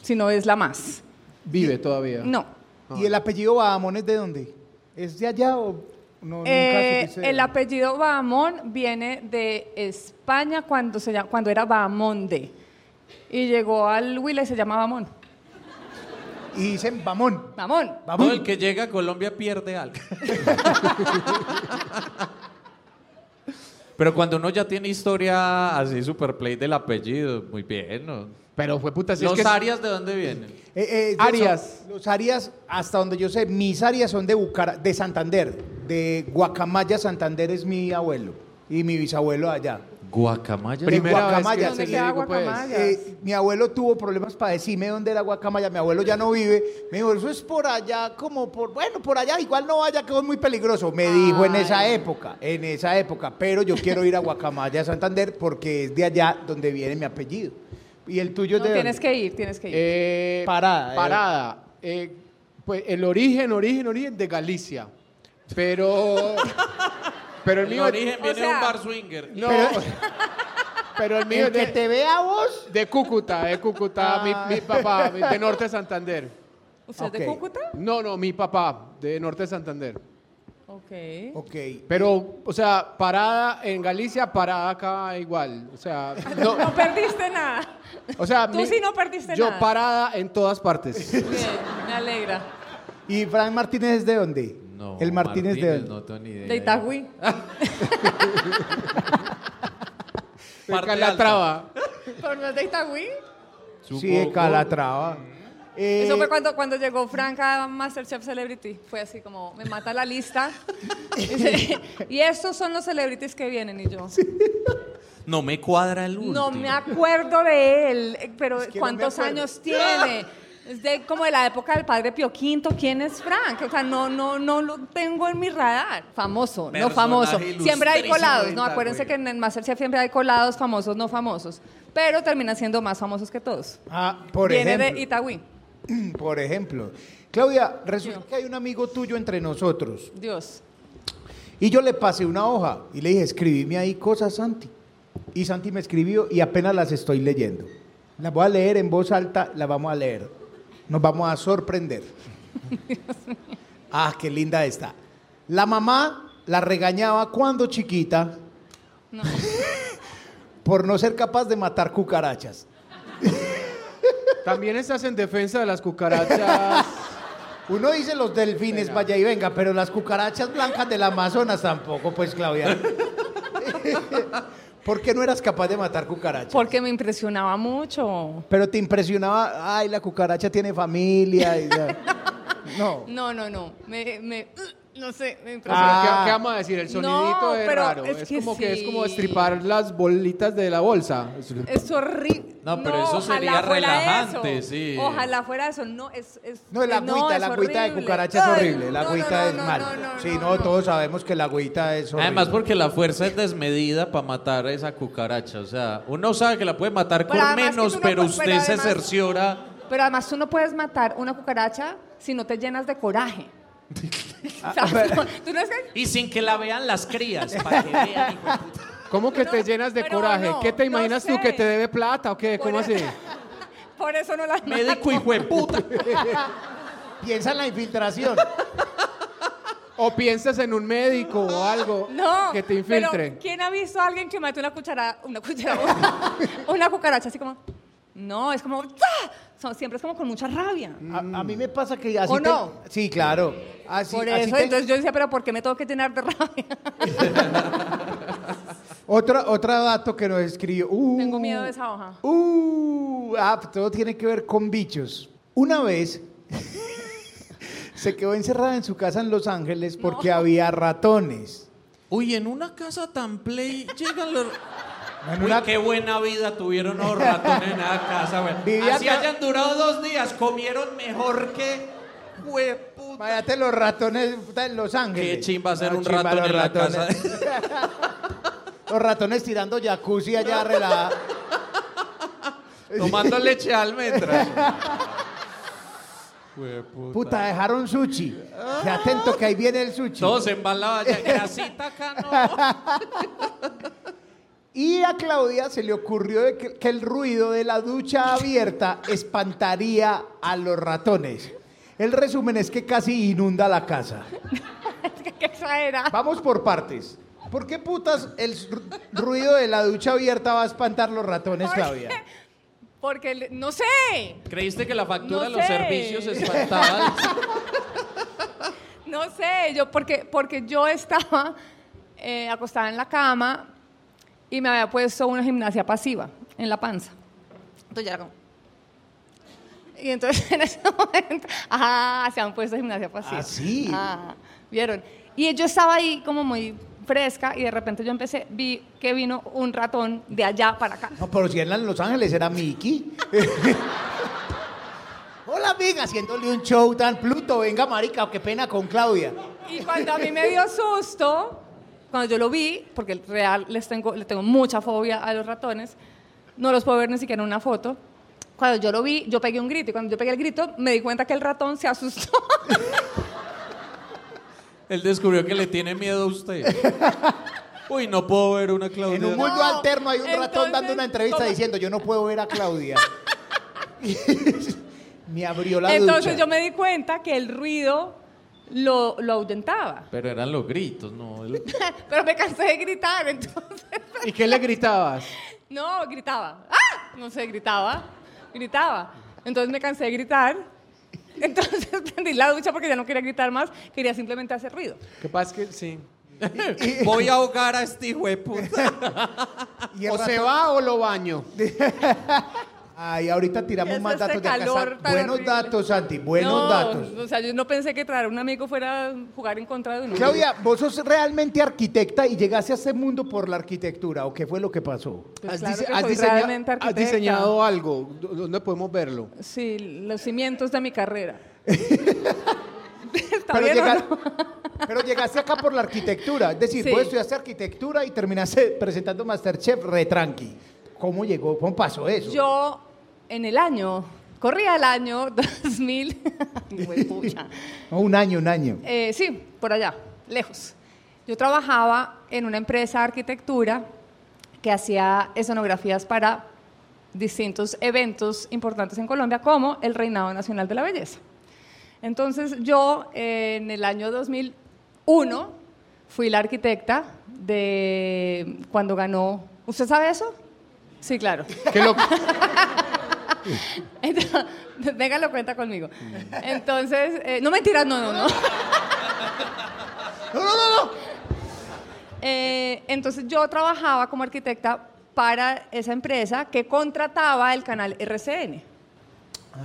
si no es la más. Vive todavía. No. ¿Y el apellido Bahamones de dónde? ¿Es de allá o no? nunca Eh, supiste? el apellido Bahamón viene de España cuando, se llama- cuando era Bahamonde. Y llegó al Huila y se llama Bahamón. Y dicen Bamón. Bahamón. Todo Bamón. el que llega a Colombia pierde algo. Pero cuando uno ya tiene historia así, super play del apellido, muy bien, ¿no? Pero fue Pues puta. si es ¿Los que Arias de dónde vienen? Eh, eh, Arias. son- los Arias, hasta donde yo sé, mis Arias son de Bucara, de Santander, de Guacamaya, Santander es mi abuelo y mi bisabuelo allá. Guacamaya. Prim- Primera Guacamaya, vez que sí. yo le digo, pues, Guacamaya. Eh, mi abuelo tuvo problemas para decirme dónde era Guacamaya, mi abuelo ya no vive, me dijo, eso es por allá, como por, bueno, por allá, igual no vaya, que es muy peligroso, me dijo en esa época, en esa época, pero yo quiero ir a Guacamaya, Santander, porque es de allá donde viene mi apellido. Y el tuyo es No, de tienes dónde? que ir, tienes que ir. eh, Parada, eh. Parada. Eh, pues el origen, origen, origen de Galicia. Pero. pero el El mío. origen viene de sea- un bar swinger. No. pero el mío El es que de, te vea a vos de Cúcuta, de Cúcuta, mi, mi papá, mi- de Norte Santander. ¿Usted es de ok. Cúcuta? No, no, mi papá, de Norte Santander. Ok. Ok. Pero, o sea, parada en Galicia, parada acá igual. O sea, no, No perdiste nada. o sea Tú sí no perdiste yo nada. parada en todas (laughs) partes. Bien, me alegra. ¿Y Frank Martínez es de dónde? El Martínez, de dónde. No tengo ni idea. De Itagüí. Parte Calatrava. ¿Pero no es de Itagüí? alta. Sí, de Calatrava. Eh, Eso fue cuando, cuando llegó Franca a Masterchef Celebrity. Fue así como, me mata la lista. (laughs) Dice, y estos son los celebrities que vienen. Y yo, No me cuadra el último. no me acuerdo de él, eh, pero que no me ¿cuántos acuerdo. años tiene? Es de, como de la época del padre Pio Quinto. ¿Quién es Frank? O sea, no, no, no lo tengo en mi radar. Famoso, no Personaje famoso. ilustrísimo Siempre hay colados, ¿no? del Acuérdense que Tagüero. en el Masterchef siempre hay colados, famosos, no famosos. Pero terminan siendo más famosos que todos. ah, por Viene ejemplo. de Itagüí. Por ejemplo. Claudia, resulta que hay un amigo tuyo entre nosotros. Dios. Y yo le pasé una hoja y le dije, escribime ahí cosas, Santi. Y Santi me escribió y apenas las estoy leyendo. Las voy a leer en voz alta, las vamos a leer. Nos vamos a sorprender. ah, qué linda está. La mamá la regañaba cuando chiquita (laughs) por no ser capaz de matar cucarachas. También estás en defensa de las (laughs) cucarachas. Uno dice los delfines, vaya y venga, pero las cucarachas blancas del Amazonas tampoco, pues (laughs) Claudia. ¿Por qué no eras capaz de matar cucarachas? Porque me impresionaba mucho. Pero te impresionaba, ay, la cucaracha tiene familia. y ya. No. No, no, no. Me, me- uh, no sé, me impresionaba. Ah, Ah. ¿Qué, qué vamos a decir? No, El sonidito es pero raro. es Es, que como que es como sí. estripar las bolitas de la bolsa. Es horrible. No, pero eso sería relajante, sí. Ojalá fuera eso. No, es. es No, la agüita, es la agüita de horrible. cucaracha es Ay, horrible. La no, no, agüita no, es no, mal. sí, no, todos sabemos que la agüita es horrible. Además, pues, porque la fuerza es desmedida para matar a esa cucaracha. O sea, uno sabe que la puede matar Pero con además que menos, tú no pero puedes- usted pero se además- cerciora. Pero además tú no puedes matar una cucaracha si no te llenas de (laughs) coraje. O Ah, sea, (laughs) tú no es que- Y sin que la vean las crías, para que vean, hijo de puta. ¿Cómo que No, te llenas de pero coraje? no, ¿Qué te no imaginas sé. tú que te debe plata o qué? ¿Cómo Por- así? (laughs) Por eso no las Médico, mato. hijo de puta. (laughs) Piensa en la infiltración. O piensas en un médico o algo (laughs) (laughs) No. que te infiltre. Pero, ¿Quién ha visto a alguien que mate una cuchara, una cuchara, una (laughs) cucaracha así como? No, es como. ¡ah! Son- siempre es como con mucha rabia. A, a mí me pasa que así. ¿O te- no? Sí, claro. Así, Por así eso, te- entonces yo decía, pero ¿por qué me tengo que llenar de (laughs) rabia? Otra, otro dato que nos escribió. Uh, Tengo miedo de esa (laughs) hoja. Uh, ah, todo tiene que ver con bichos. Una vez (laughs) se quedó encerrada en su casa en Los Ángeles porque había ratones. Uy, en una casa tan play (laughs) llegan los... En Uy, una- qué buena vida tuvieron los ratones en la casa, güey. Vivía Así acá- hayan durado dos días, comieron mejor que... hueputa. Váyate los ratones puta, en Los Ángeles. Qué chimba ser Ah, un chimba ratón los en la casa. ratones. (laughs) Los ratones tirando jacuzzi allá relajada. (laughs) Tomando leche de (laughs) almendras. Hueputa. Puta, dejaron sushi. Te atento que ahí viene el sushi. Todos embalados ya. Grasita acá, no. Y a Claudia se le ocurrió de que, que el ruido de la ducha abierta espantaría a los ratones. El resumen es que casi inunda la casa. ¿Qué exagerada. Vamos por partes. ¿Por qué putas el ru- ruido de la ducha abierta va a espantar los ratones, Claudia? Porque, el- no sé. ¿Creíste que la factura No de los sé. (laughs) servicios espantaba? No sé, yo porque, porque yo estaba eh, acostada en la cama y me había puesto una gimnasia pasiva en la panza. Entonces yo era como... Y entonces (laughs) en ese momento, ah, se han puesto gimnasia pasiva. Ah, sí. Ah, vieron. Y yo estaba ahí como muy fresca y de repente yo empecé, vi que vino un ratón de allá para acá. No, pero si en Los Ángeles era Mickey. (laughs) Hola, amiga, haciéndole un show tan pluto. Venga, marica, qué pena con Claudia. Y cuando a mí me dio susto, cuando yo lo vi, porque el real les tengo, le tengo mucha fobia a los ratones, no los puedo ver ni siquiera en una foto. Cuando yo lo vi, yo pegué un grito y cuando yo pegué el grito, me di cuenta que el ratón se asustó. Él descubrió que le tiene miedo a usted. (laughs) Uy, no puedo ver una Claudia. En un mundo No, alterno hay un ratón entonces, dando una entrevista ¿cómo? diciendo, yo no puedo ver a Claudia. (laughs) me abrió (laughs) la Entonces ducha. yo me di cuenta que el ruido lo, lo ahuyentaba. (laughs) Pero eran los gritos, ¿no? El- Pero me cansé de gritar, entonces... (laughs) ¿Y qué le gritabas? No, gritaba. ¡Ah! No sé, gritaba. Gritaba. Entonces me cansé de gritar. Entonces (laughs) prendí la ducha porque ya no quería gritar más, quería simplemente hacer ruido. ¿Qué pasa que sí? Voy a ahogar a este hijo de puta. Y el O ratón- se va o lo baño. Ay, ahorita tiramos Es más este datos de acá. calor Santi. tan Buenos horrible. datos, Santi, buenos No, datos. O sea, yo no pensé que traer a un amigo fuera a jugar en contra de uno. Claudia, vos sos realmente arquitecta y llegaste a este mundo por la arquitectura, ¿o qué fue lo que pasó? Pues has, claro dise- que has soy diseña- realmente has arquitecta. diseñado algo. ¿Dó- ¿Dónde podemos verlo? Sí, los cimientos de mi (laughs) carrera. ¿Está Pero, bien o llegar- no? (laughs) pero llegaste acá por la arquitectura, es decir, Sí. vos estudiaste arquitectura y terminaste presentando Masterchef retranqui. ¿Cómo llegó? ¿Cómo pasó eso? Yo, en el año, corría el año (laughs) 2000. Hijuepucha. No, un año, un año. Eh, sí, por allá, lejos. Yo trabajaba en una empresa de arquitectura que hacía escenografías para distintos eventos importantes en Colombia, como el Reinado Nacional de la Belleza. Entonces yo eh, en el año 2001 fui la arquitecta de cuando ganó... ¿Usted sabe eso? Sí, claro. Que lo- Entonces, (laughs) venga, lo cuenta conmigo. Entonces, eh, no mentiras, no, no, no. (laughs) No, no, no, no. Eh, entonces yo trabajaba como arquitecta para esa empresa que contrataba el canal RCN,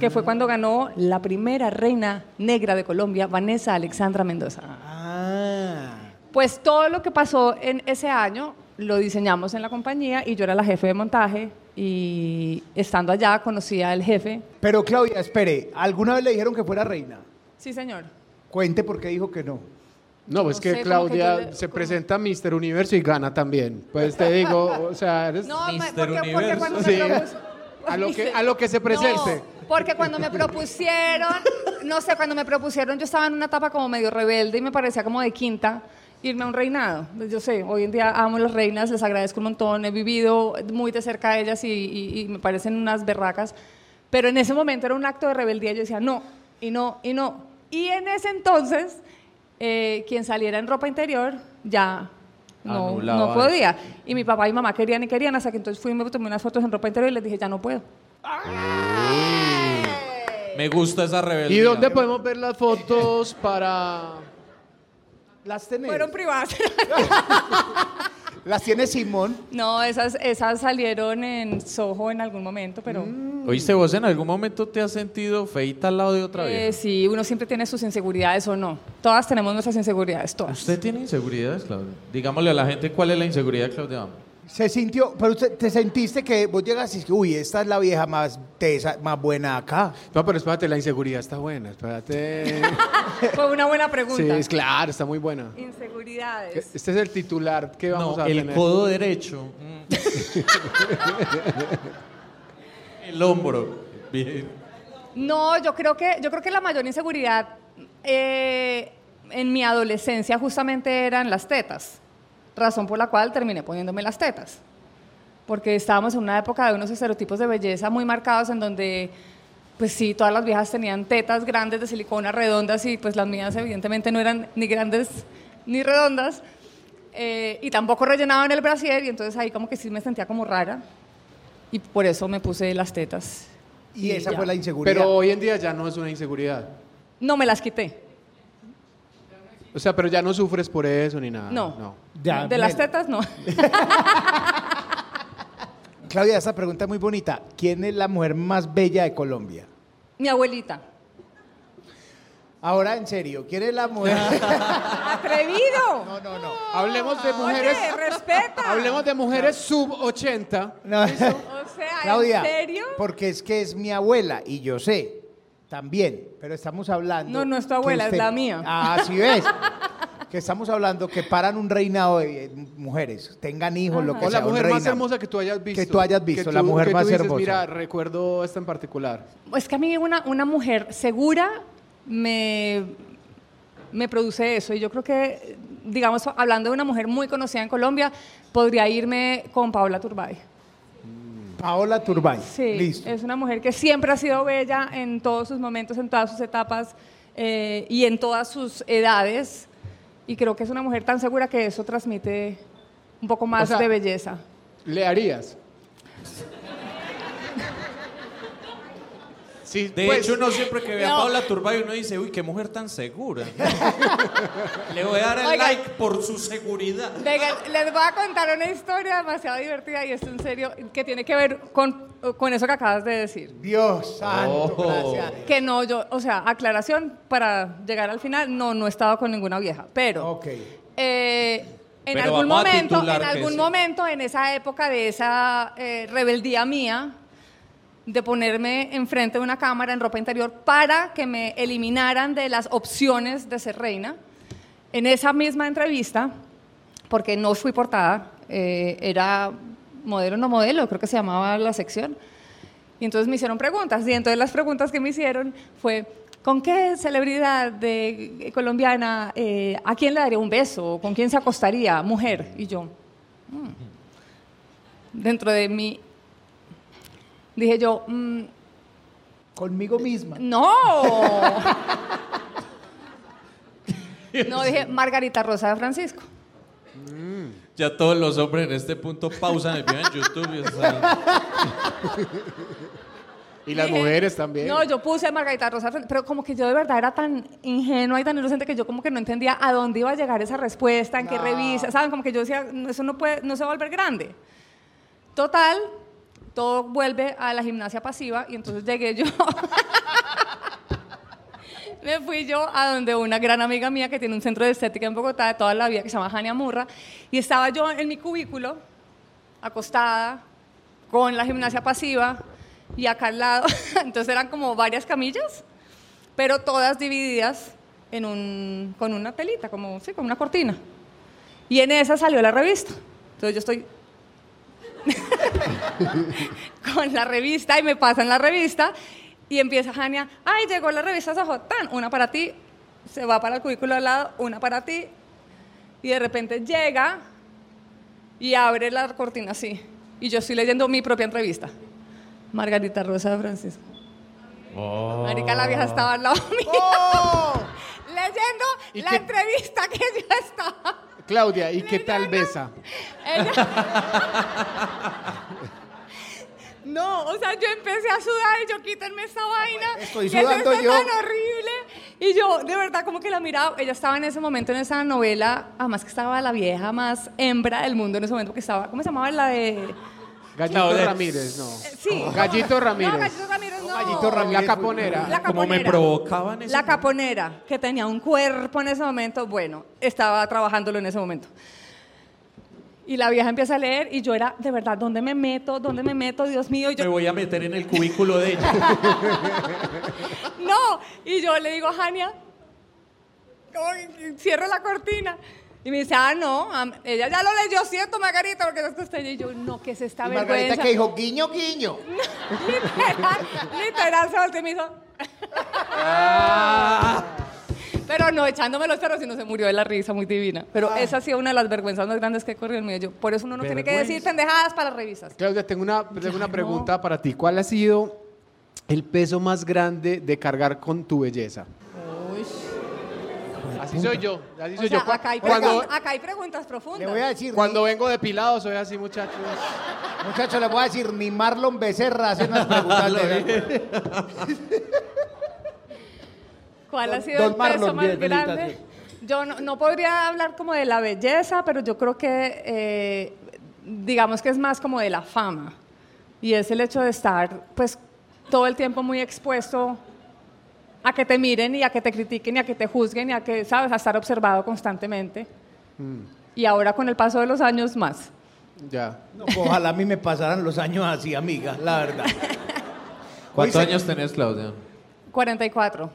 que fue cuando ganó la primera reina negra de Colombia, Vanessa Alexandra Mendoza. Ah. Pues todo lo que pasó en ese año lo diseñamos en la compañía y yo era la jefe de montaje y estando allá conocí al jefe. Pero Claudia, espere, ¿alguna vez le dijeron que fuera reina? Sí, señor. Cuente por qué dijo que no. No, pues No que sé, como que Claudia yo le- se como- presenta a Mister Universo y gana también. Pues te digo, (laughs) o sea, eres... No, ma- Mister porque, porque Universo. cuando Sí. me propus- A lo que- a lo que se presente. No, porque cuando me propusieron, no sé, cuando me propusieron, yo estaba en una etapa como medio rebelde y me parecía como de quinta irme a un reinado. Pues Yo sé, hoy en día amo las reinas, les agradezco un montón, he vivido muy de cerca de ellas y, y- y me parecen unas berracas, pero en ese momento era un acto de rebeldía, yo decía no, y no, y no. Y en ese entonces, eh, quien saliera en ropa interior ya no, Anulaba no podía. Y mi papá y mamá querían y querían, hasta que entonces fui y me tomé unas fotos en ropa interior y les dije, ya no puedo. Me gusta esa rebeldía. ¿Y dónde podemos ver las fotos para...? Las tenés. Fueron privadas. Las tiene Simón. no, esas, esas salieron en Soho en algún momento, pero Mm, eh, ¿Oíste vos en algún momento te has sentido feita al lado de otra eh, vez? sí, uno siempre tiene sus inseguridades o no. Todas tenemos nuestras inseguridades, todas. (laughs) ¿Usted tiene inseguridades, Claudia? Digámosle a la gente cuál es la inseguridad, Claudia. Se sintió, pero usted, te sentiste que vos llegas y dices, uy, esta es la vieja más tesa, más buena acá. No, pero espérate, la inseguridad está buena, espérate. Fue una buena (laughs) sí, pregunta. es claro, está muy buena. Inseguridades. Este es el titular que vamos no, a el tener. codo derecho. Mm. el hombro. Bien. No, yo creo que, yo creo que la mayor inseguridad eh, en mi adolescencia justamente eran las tetas. Razón por la cual terminé poniéndome las tetas. Porque estábamos en una época de unos estereotipos de belleza muy marcados en donde, pues sí, todas las viejas tenían tetas grandes de silicona, redondas, y pues las mías evidentemente no eran ni grandes ni redondas. eh, y tampoco rellenaban el brasier, y entonces ahí como que sí me sentía como rara. Y por eso me puse las tetas. Y esa ya. fue la inseguridad. Pero hoy en día ya no es una inseguridad. No me las quité. O sea, pero ya no sufres por eso ni nada. Ah, No. Ya, de las Mel. tetas, (laughs) no. Claudia, esa pregunta es muy bonita. ¿Quién es la mujer más bella de Colombia? Mi abuelita. Ahora, en serio, ¿quién es (laughs) la mujer? ¡Atrevido! no, no, no. Hablemos de mujeres. Oye, (laughs) respeta. Hablemos de mujeres sub 80. No. O sea, Claudia, ¿en serio? porque es que es mi abuela y yo sé también, pero estamos hablando. No, no es tu que abuela, es la mía. Ah, así ves. que estamos hablando que paran un reinado de eh, mujeres, tengan hijos, lo que O sea. la un mujer más reinado. hermosa que tú hayas visto. Que tú hayas visto, la mujer que tú más dices, hermosa. Mira, recuerdo esta en particular. Es que a mí una, una mujer segura me, me produce eso. Y yo creo que, digamos, hablando de una mujer muy conocida en Colombia, podría irme con Paola Turbay. Paola Turbay. Sí, Listo. es una mujer que siempre ha sido bella en todos sus momentos, en todas sus etapas eh, y en todas sus edades. Y creo que es una mujer tan segura que eso transmite un poco más O sea, de belleza. ¿Le harías? Sí, De pues, hecho, uno siempre que ve a No. Paula Turbay, uno dice, uy, qué mujer tan segura. Le voy a dar el Oiga. like por su seguridad. Venga, les voy a contar una historia demasiado divertida y esto en serio, que tiene que ver con, con eso que acabas de decir. Dios santo, Oh. gracias. Que no, yo, o sea, aclaración para llegar al final, no, no he estado con ninguna vieja, pero... Ok. Eh, en Pero algún vamos a momento, en titular que algún sí. momento, en esa época de esa eh, rebeldía mía, de ponerme enfrente de una cámara en ropa interior para que me eliminaran de las opciones de ser reina. En esa misma entrevista, porque no fui portada, eh, era modelo no modelo, creo que se llamaba la sección. Y entonces me hicieron preguntas. Y entonces las preguntas que me hicieron fue, ¿con qué celebridad de, colombiana, eh, a quién le daría un beso? ¿Con quién se acostaría? Mujer. Y yo, mm. dentro de mí, dije yo, mm, Conmigo misma. (laughs) no. No, dije Margarita Rosa de Francisco. Ya todos los hombres en este punto pausan el video en YouTube. y están- Y las Dije, mujeres también. No, yo puse Margarita Rosa, Fren- pero como que yo de verdad era tan ingenua y tan inocente que yo como que no entendía a dónde iba a llegar esa respuesta, en qué revista, ¿saben? Como que yo decía, "No, eso no puede, no se va a volver grande. Total, todo vuelve a la gimnasia pasiva y entonces llegué yo. (laughs) Me fui yo a donde una gran amiga mía que tiene un centro de estética en Bogotá de toda la vida que se llama Jania Murra y estaba yo en mi cubículo acostada con la gimnasia pasiva y acá al lado, (laughs) entonces eran como varias camillas, pero todas divididas en un, con una telita, como, sí, como una cortina. Y en esa salió la revista. Entonces yo (laughs) estoy con la revista y me pasan la revista y empieza Jania, ay, llegó la revista Sajotán, una para ti, se va para el cubículo al lado, una para ti, y de repente llega y abre la cortina así. Y yo estoy leyendo mi propia entrevista. Margarita Rosa de Francisco. Marica, la vieja estaba al lado mío. (laughs) Leyendo Oh. ¿Y la qué- entrevista que yo estaba. Claudia, ¿y qué tal besa? (laughs) No, o sea, yo empecé a sudar y yo quítenme esta vaina. Ah, estoy que eso sudando está yo. tan horrible. Y yo, de verdad, como que la miraba. Ella estaba en ese momento en esa novela, además que estaba la vieja más hembra del mundo en ese momento, que estaba, ¿cómo se llamaba la de...? Oh, Gallito Claudia. Ramírez, no. Eh, Sí. Gallito Ramírez. No, Gallito Ramírez, no. Oh, Gallito Ramírez. La caponera. La Ah, Como me caponera. provocaban ese La caponera, que tenía un cuerpo en ese momento, bueno, estaba trabajándolo en ese momento. Y la vieja empieza a leer y yo era, de verdad, ¿dónde me meto? ¿Dónde me meto? Dios mío. Y yo, Me voy a meter en el cubículo de ella. no. Y yo le digo a Jania, como que cierro la cortina. Y me dice, ah, no, am- ella ya lo leyó, cierto, Margarita, porque no es que usted. Y yo, no, que se está Y vergüenza. Margarita que dijo, guiño, guiño. literal, literal, se volteó y me hizo. Ah. Pero no, echándome los perros, sino se murió de la risa, muy divina. Pero Ah. esa ha sido una de las vergüenzas más grandes que he corrido en mi vida. Por eso uno no tiene que decir pendejadas para las revistas. Claudia, tengo una, tengo una pregunta para ti. ¿Cuál ha sido el peso más grande de cargar con tu belleza? Así soy yo, así O soy sea, yo. Cu- acá, hay Cuando, preguntas, acá hay preguntas profundas. Le voy a decir, cuando vengo depilado soy así, muchachos. muchachos, le voy a decir, ni Marlon Becerra (laughs) hace unas preguntas de ¿Cuál ha sido Don el peso Marlon, más bien, grande? felicitaciones. Yo no, no podría hablar como de la belleza, pero yo creo que eh, digamos que es más como de la fama. Y es el hecho de estar pues todo el tiempo muy expuesto a que te miren y a que te critiquen y a que te juzguen y a que, sabes, a estar observado constantemente. Y ahora con el paso de los años más. Ya. No, Ojalá a mí me pasaran los años así, amiga, la verdad. ¿Cuántos Oye, años tenés, Claudia? 44.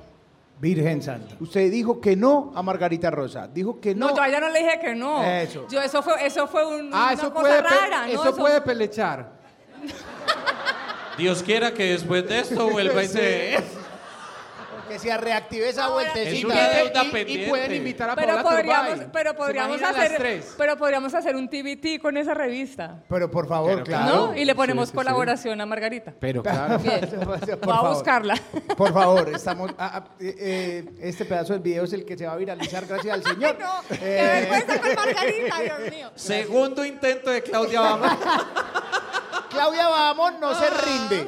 Virgen Santa. Usted dijo que no a Margarita Rosa. Dijo que No, no. yo a ella no le dije que no. Eso. Yo, eso fue, eso fue un- Ah, una eso cosa puede, pe- rara. ¿no? eso Eso- puede pelechar. Dios quiera que después de esto vuelva y se dé. Que se reactive esa Ahora- Es vueltecita. una Y- deuda y- y, pendiente. pueden invitar a pero Paola podríamos, Turbay. pero ¿Se podríamos imaginan las hacer, tres? pero podríamos hacer un TBT con esa revista, Pero por favor, Pero claro. ¿no? Y le ponemos sí, sí, sí. colaboración a Margarita. Pero claro. (laughs) Por Voy a favor. buscarla. Por favor, estamos. ah, ah, eh, eh, este pedazo del video es el que se va a viralizar, gracias al Ay, Señor. (laughs) no, qué Eh, (laughs) vergüenza con Margarita, Dios (laughs) mío. Segundo intento de Claudia Bama. Ah. Claudia Vamos no se rinde.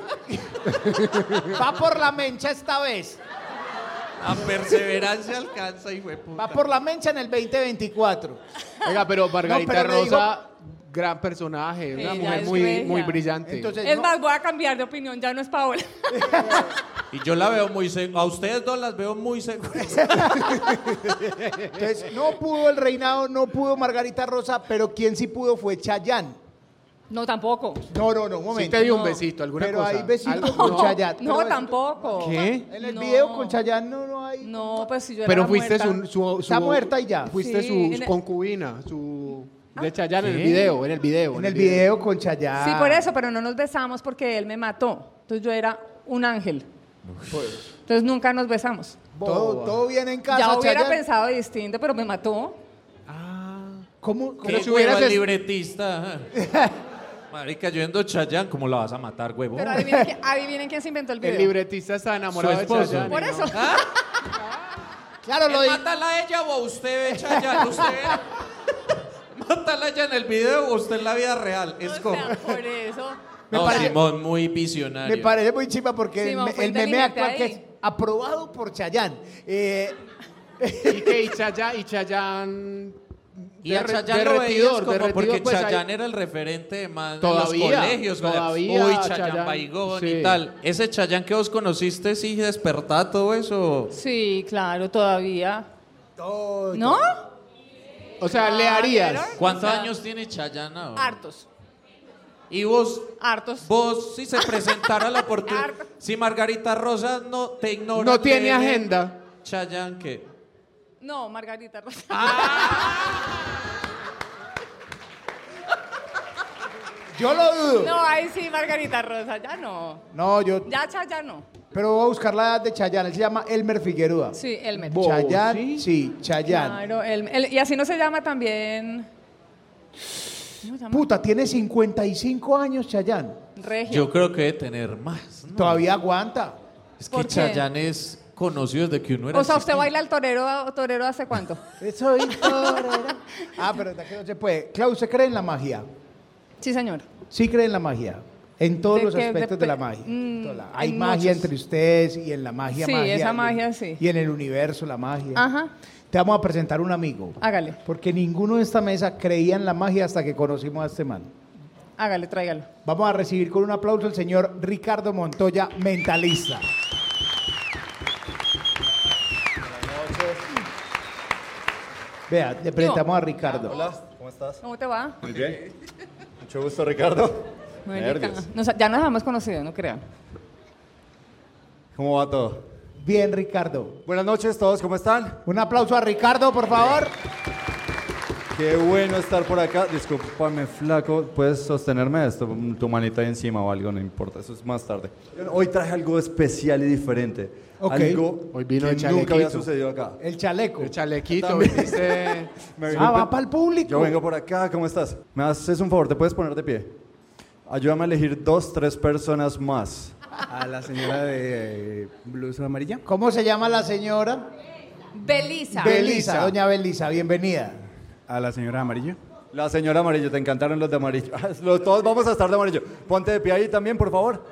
Va por la mencha esta vez. A perseverancia alcanza y fue puta. Va por la mencha en el 2024. Oiga, pero Margarita pero le digo- Rosa, gran personaje, una Ella mujer es muy, regia. muy brillante. Entonces, Es no- más, voy a cambiar de opinión, ya no es (laughs) Paola. Y yo la veo muy segura. A ustedes dos las veo muy seguras. Entonces, no pudo el reinado, no pudo Margarita Rosa, pero quien sí pudo fue Chayanne. No, tampoco. No, no, no, un sí momento. te dio un No. besito, alguna pero cosa. hay besitos Algo- con no. Chayanne. No, Pero es- tampoco. ¿Qué? En el No. video con Chayanne no, no hay. No, pues si yo era Pero la fuiste su, muerta. su, su- Está muerta y ya. Fuiste Sí, su, en el- Ah. concubina, su... De Chayanne en el video, en el video. En el video con Chayanne. Sí, Ah. por eso, pero no nos besamos porque él me mató. Entonces yo era un ángel. Entonces nunca nos besamos. Todo, todo bien en casa, ya hubiera Chayanne. pensado distinto, pero me mató. ¿Cómo? Qué cómo- si hubieras hueva el es- libretista. (laughs) Marica, yo endo Chayán, ¿cómo la vas a matar, huevo? Pero adivinen, qui- adivinen quién se inventó el video. El libretista está enamorado Su de esposo. Chayanne. Por ¿no? eso. Claro, lo di- Eh, ¿Mátala a ella o a usted ve Chayán? ¿Usted (laughs) ve- ¿Mátala a ella en el video o usted en la vida real? (laughs) Es O como... sea, por eso. Me No, parece- Simón, muy visionario. Me parece muy chiva porque Sí, el, mamá, me- fue el meme inteligente actual que ahí. es aprobado por Chayanne. Eh, Y que y Chayanne... Y Chayanne Y a derre- Chayán lo veías como derretidor, porque pues, ahí- Chayán era el referente de más Todavía, en los colegios. con el- todavía Uy, Chayán Chayán, Baigón sí. y tal. Ese Chayán que vos conociste, sí, despertá todo eso. Sí, claro, todavía. todo- ¿No? O sea, Ah, le harías... ¿Cuántos O sea, años tiene Chayán ahora? Hartos. Y vos, Hartos. vos, si se (laughs) presentara la oportunidad, Harto. si Margarita Rosa no te ignora. No tiene ¿qué? agenda. Chayán, ¿qué? No, Margarita Rosa. Ah. Yo lo dudo. No, No, ahí sí, Margarita Rosa, ya no. yo. Ya, cha, ya no. Pero voy a buscar la edad de Chayanne. Él se llama Elmer Figueroa. Sí, Elmer. Bo- Chayanne, ¿sí? sí, Chayanne. Claro, Elmer. El- y así no se llama también. ¿Cómo se llama? Puta, tiene 55 años Chayanne. Regio. Yo creo que debe tener más. ¿no? Todavía aguanta. Es ¿Por que qué? Chayán es conocido desde que uno era o sea, ¿usted chiquito. baila el torero, o torero hace cuánto? Soy (laughs) torero. Ah, pero de aquí no se puede. Clau, ¿usted cree en la magia? Sí, señor. Sí cree en la magia. En todos ¿De los qué? aspectos de, Depe- la magia. Mm, Toda la- Hay en magia muchos. entre ustedes y en la magia, Sí, magia. esa y en- magia, sí. Y en el universo, la magia. Ajá. Te vamos a presentar un amigo. Hágale, Porque ninguno de esta mesa creía en la magia hasta que conocimos a este man. hágale, tráigalo. Vamos a recibir con un aplauso al señor Ricardo Montoya, mentalista. Vea, le presentamos a Ricardo. ¿Cómo te va? Muy bien. Mucho gusto, Ricardo. Nervios. Nos- ya nos habíamos conocido, no crean. ¿Cómo va todo? Bien, Ricardo. Buenas noches todos, ¿cómo están? Un aplauso a Ricardo, por favor. Qué bueno estar por acá. Discúlpame, flaco. ¿Puedes sostenerme esto? Mm, Tu manita ahí encima o algo, no importa. Eso es más tarde. Hoy traje algo especial y diferente. Ok. Algo Hoy vino que el nunca había chalequito. sucedido acá. El chaleco. El chalequito, También. viste... Me Ah, disculpen. va para el público. Yo vengo por acá, ¿cómo estás? ¿Me haces un favor? ¿Te puedes poner de pie? Ayúdame a elegir dos, tres personas más. A la señora de eh, blusa amarilla. ¿Cómo se llama la señora? Belisa. Belisa, doña Belisa, bienvenida. A la señora amarilla. La señora amarillo, te encantaron los de amarillo. (laughs) Los- Todos vamos a estar de amarillo. Ponte de pie ahí también, por favor.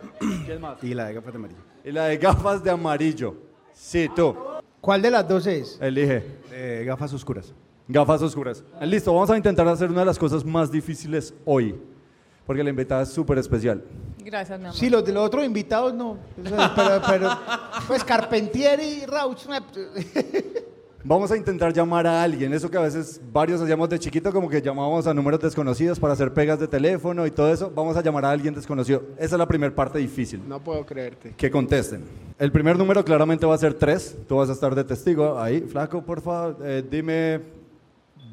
Y la de gafas de amarillo. Y la de gafas de amarillo. Sí, tú. ¿Cuál de las dos es? Elige. De gafas oscuras. Gafas oscuras. Listo, vamos a intentar hacer una de las cosas más difíciles hoy. Porque la invitada es súper especial. Gracias, mi amor. Sí, los de los otros invitados no. Pero, pero pues Carpentier y Rauch. una- Vamos a intentar llamar a alguien. Eso que a veces varios hacíamos de chiquito, como que llamábamos a números desconocidos para hacer pegas de teléfono y todo eso. Vamos a llamar a alguien desconocido. Esa es la primera parte difícil. No puedo creerte. Que contesten. El primer número claramente va a ser tres. Tú vas a estar de testigo ahí. Flaco, por favor, eh, dime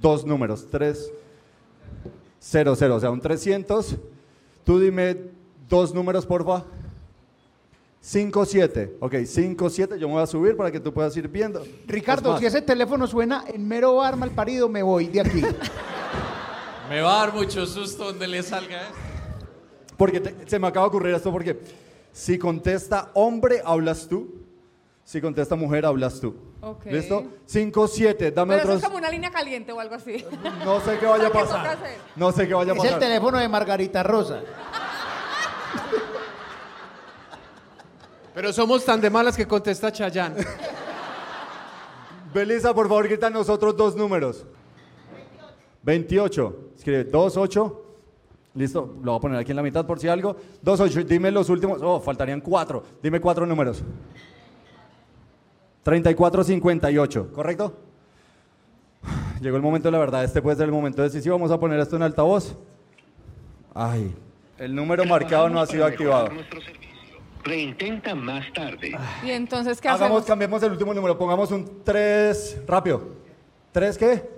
dos números. Tres, cero, cero. O sea, un 300. Tú dime dos números, porfa. Cinco, siete. Ok, cinco, siete. Yo me voy a subir para que tú puedas ir viendo. Ricardo, Los si más. ese teléfono suena en mero bar mal parido, me voy (laughs) de aquí. Me va a dar mucho susto donde le salga ¿eh? esto. Porque te- se me acaba de ocurrir esto porque si contesta hombre, hablas tú. Si contesta mujer, hablas tú. Ok. ¿Listo? Cinco, siete. Dame Pero eso otros... es como una línea caliente o algo así. No sé qué vaya a ¿Qué toca pasar. hacer? No sé qué vaya a Es el pasar. teléfono de Margarita Rosa. Pero somos tan de malas que contesta Chayán. Belisa, por favor, grita nosotros dos números. 28. Escribe 28. Listo, lo voy a poner aquí en la mitad por si algo. 28, dime los últimos. Oh, faltarían cuatro. Dime cuatro números. 3458, ¿correcto? Llegó el momento de la verdad. Este puede ser el momento decisivo. Vamos a poner esto en altavoz. Ay, el número marcado no ha sido activado. Reintenta más tarde. Y entonces, ¿qué Hagamos, hacemos? cambiemos el último número, pongamos un 3, rápido. ¿3 qué?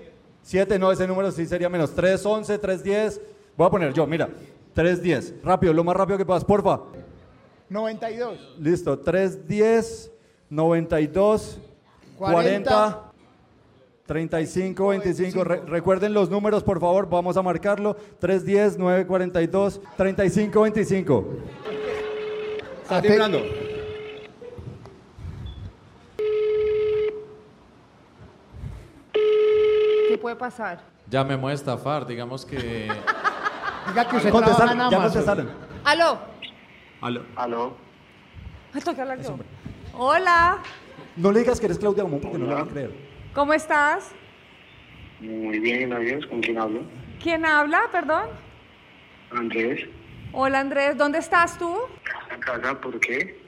7, no, ese número sí sería menos. 3, 11, 3, 10. Voy a poner yo, mira. 3, 10. Rápido, lo más rápido que puedas, porfa. 92. Listo, 3, 10, 92, 40, 40, 35, 25. Re- recuerden los números, por favor, vamos a marcarlo. 3, 10, 9, 42, 35, 25. Está timbrando. ¿Qué puede pasar? Ya me voy a estafar, digamos que. Diga que usted trabaja en Contestaron, ya Amazon. contestaron. ¡Aló! Aló. Ay, tengo que hablar yo. Hola, No le digas que eres Claudia Gomón porque no lo van a creer. ¿cómo estás? Muy bien, adiós. ¿Con quién hablo? ¿Quién habla? Perdón. Andrés. Hola, Andrés, ¿dónde estás tú? ¿A casa? ¿Por qué?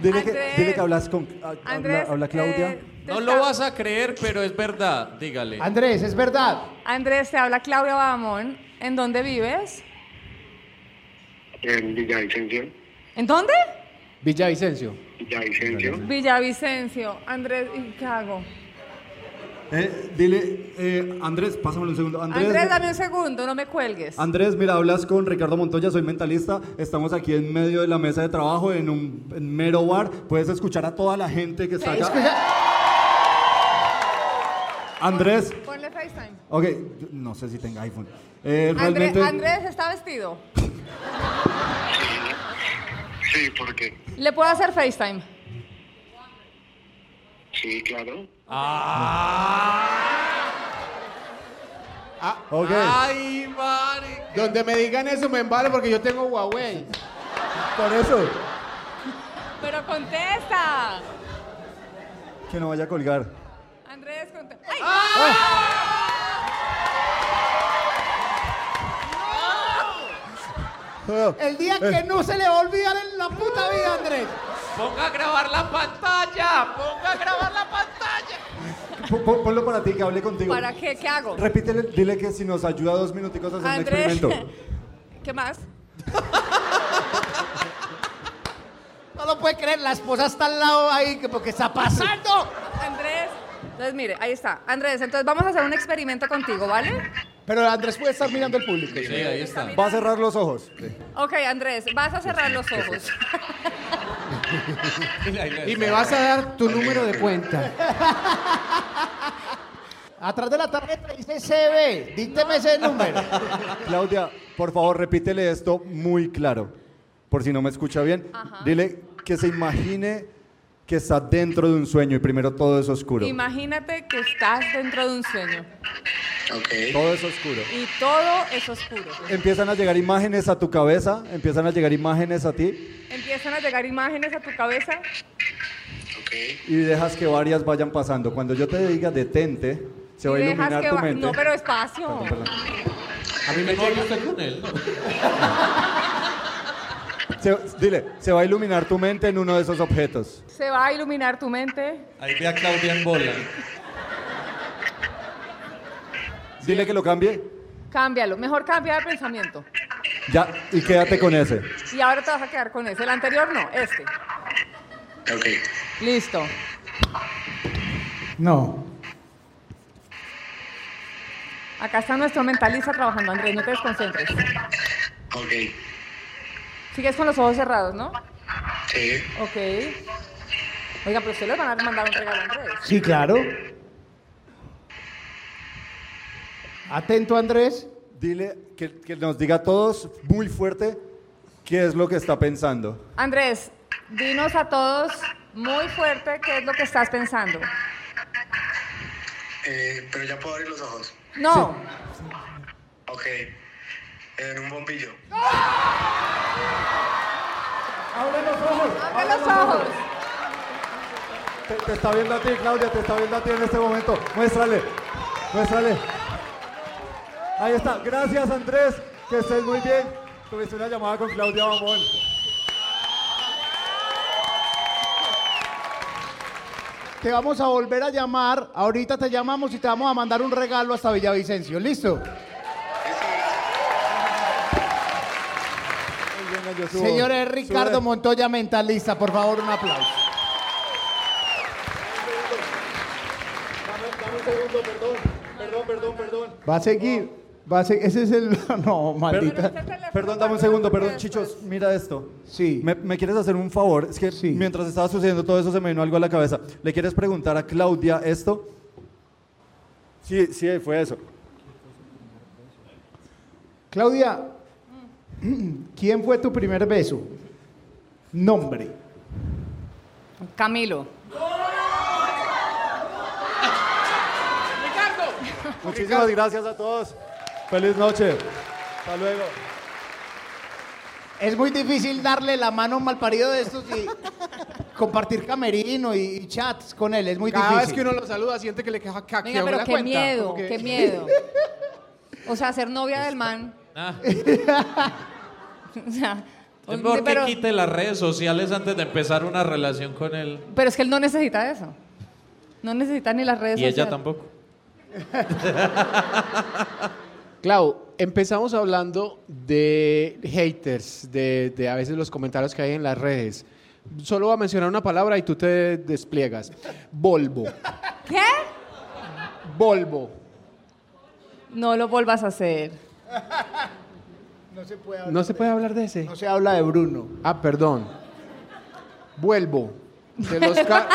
Dile que, Andrés. dile que hablas con. ah, habla- Andrés. habla, Claudia. eh, te No está- lo vas a creer, pero es verdad, dígale. Andrés, es verdad. Andrés, te habla Claudia Bamón. ¿En dónde vives? En Villavicencio. ¿En dónde? Villavicencio. Villavicencio. Villavicencio. Andrés, ¿y qué hago? Eh, dile, eh, Andrés, pásamelo un segundo. Andrés, Andrés, dame un segundo, no me cuelgues. Andrés, mira, hablas con Ricardo Montoya, soy mentalista. Estamos aquí en medio de la mesa de trabajo, en un en mero bar. Puedes escuchar a toda la gente que está acá. Andrés, Ponle FaceTime. ok, yo no sé si tenga iPhone. Eh, Andrés, realmente. Andrés está vestido. Sí, ¿por qué? ¿Le puedo hacer FaceTime? Sí, claro. Ok. Ay, madre. Donde me digan eso me embalo porque yo tengo Huawei. Por eso, Pero contesta. que no vaya a colgar. Ah. Andrés, contesta. ¡Ay! El día Eh. que no se le va a olvidar en la puta vida, Andrés. Ponga a grabar la pantalla, ponga a grabar la pantalla. Pon- pon- Ponlo para ti, que hable contigo. ¿Para qué? ¿Qué hago? Repítele, dile que si nos ayuda dos minuticos a hacer un Andrés, experimento. (laughs) ¿qué más? No lo puede creer, la esposa está al lado ahí, que porque está pasando. Andrés. Entonces, mire, ahí está. Andrés, entonces vamos a hacer un experimento contigo, ¿vale? Pero Andrés puede estar mirando al público. Sí, ahí está. Va a cerrar los ojos. Ok, Andrés, vas a cerrar los ojos. Y me vas a dar tu número de cuenta. Atrás de la tarjeta dice CB. Dícteme ese número. Claudia, por favor, repítele esto muy claro, por si no me escucha bien. Dile que se imagine que está dentro de un sueño y primero todo es oscuro. Imagínate que estás dentro de un sueño Ok. todo es oscuro. y todo es oscuro. Empiezan a llegar imágenes a tu cabeza, empiezan a llegar imágenes a ti Empiezan a llegar imágenes a tu cabeza. Ok. y dejas que varias vayan pasando. Cuando yo te diga detente, se va a y dejas iluminar que tu va- mente. No, pero espacio. A mí me llega usted con él, ¿no? Se- dile, se va a iluminar tu mente en uno de esos objetos. Se va a iluminar tu mente. Ahí ve a Claudia en bola. Dile que lo cambie Cámbialo. Mejor cambia de pensamiento. ya y quédate con ese. Eh, Y ahora te vas a quedar con ese. El anterior no, este. Ok. Listo. No. Acá está nuestro mentalista trabajando, Andrés. No te desconcentres. Ok. Sigues con los ojos cerrados, ¿no? Sí. Ok. Oiga, pero ustedes le van a mandar un regalo a Andrés. Sí, claro. Atento, Andrés. Dile que, que nos diga a todos muy fuerte qué es lo que está pensando. Andrés, dinos a todos muy fuerte qué es lo que estás pensando. Eh, pero ya puedo abrir los ojos. No. Ok. En un bombillo. ojos. Abre los ojos. Te, te está viendo a ti, Claudia, te está viendo a ti en este momento. Muéstrale, muéstrale. Ahí está. Gracias, Andrés. Que estés muy bien. Tuviste una llamada con Claudia Bamón. Te vamos a volver a llamar. Ahorita te llamamos y te vamos a mandar un regalo hasta Villavicencio. ¿Listo? Señores, Ricardo Montoya, mentalista, por favor, un aplauso. Perdón, perdón, perdón. Va a seguir. Va a seguir. Ese es el. (laughs) No, maldita. Perdón, dame un segundo, perdón, chichos, mira esto. Sí. ¿Me, me quieres hacer un favor? Es que mientras estaba sucediendo todo eso se me vino algo a la cabeza. ¿Le quieres preguntar a Claudia esto? Sí, sí, fue eso. Claudia, ¿quién fue tu primer beso? Nombre. Camilo. Muchísimas gracias a todos. Feliz noche. Hasta luego. Es muy difícil darle la mano a un malparido de estos y compartir camerino y, y chats con él. Es muy Cada vez difícil. que uno lo saluda, siente que le caja que Venga, hackeó pero la qué cuenta, miedo, como que- qué (laughs) miedo. O sea, ser novia del man. (laughs) O sea, Es Ah, mejor pero, que quite las redes sociales antes de empezar una relación con él. pero es que él no necesita eso. No necesita ni las redes Y ella sociales. tampoco. Clau, empezamos hablando de haters, de, de a veces los comentarios que hay en las redes. Solo voy a mencionar una palabra y tú te despliegas. Volvo. ¿Qué? Volvo. No lo vuelvas a hacer. No se puede hablar de ese. No se habla de Bruno. Ah, perdón. Vuelvo. De los, ca-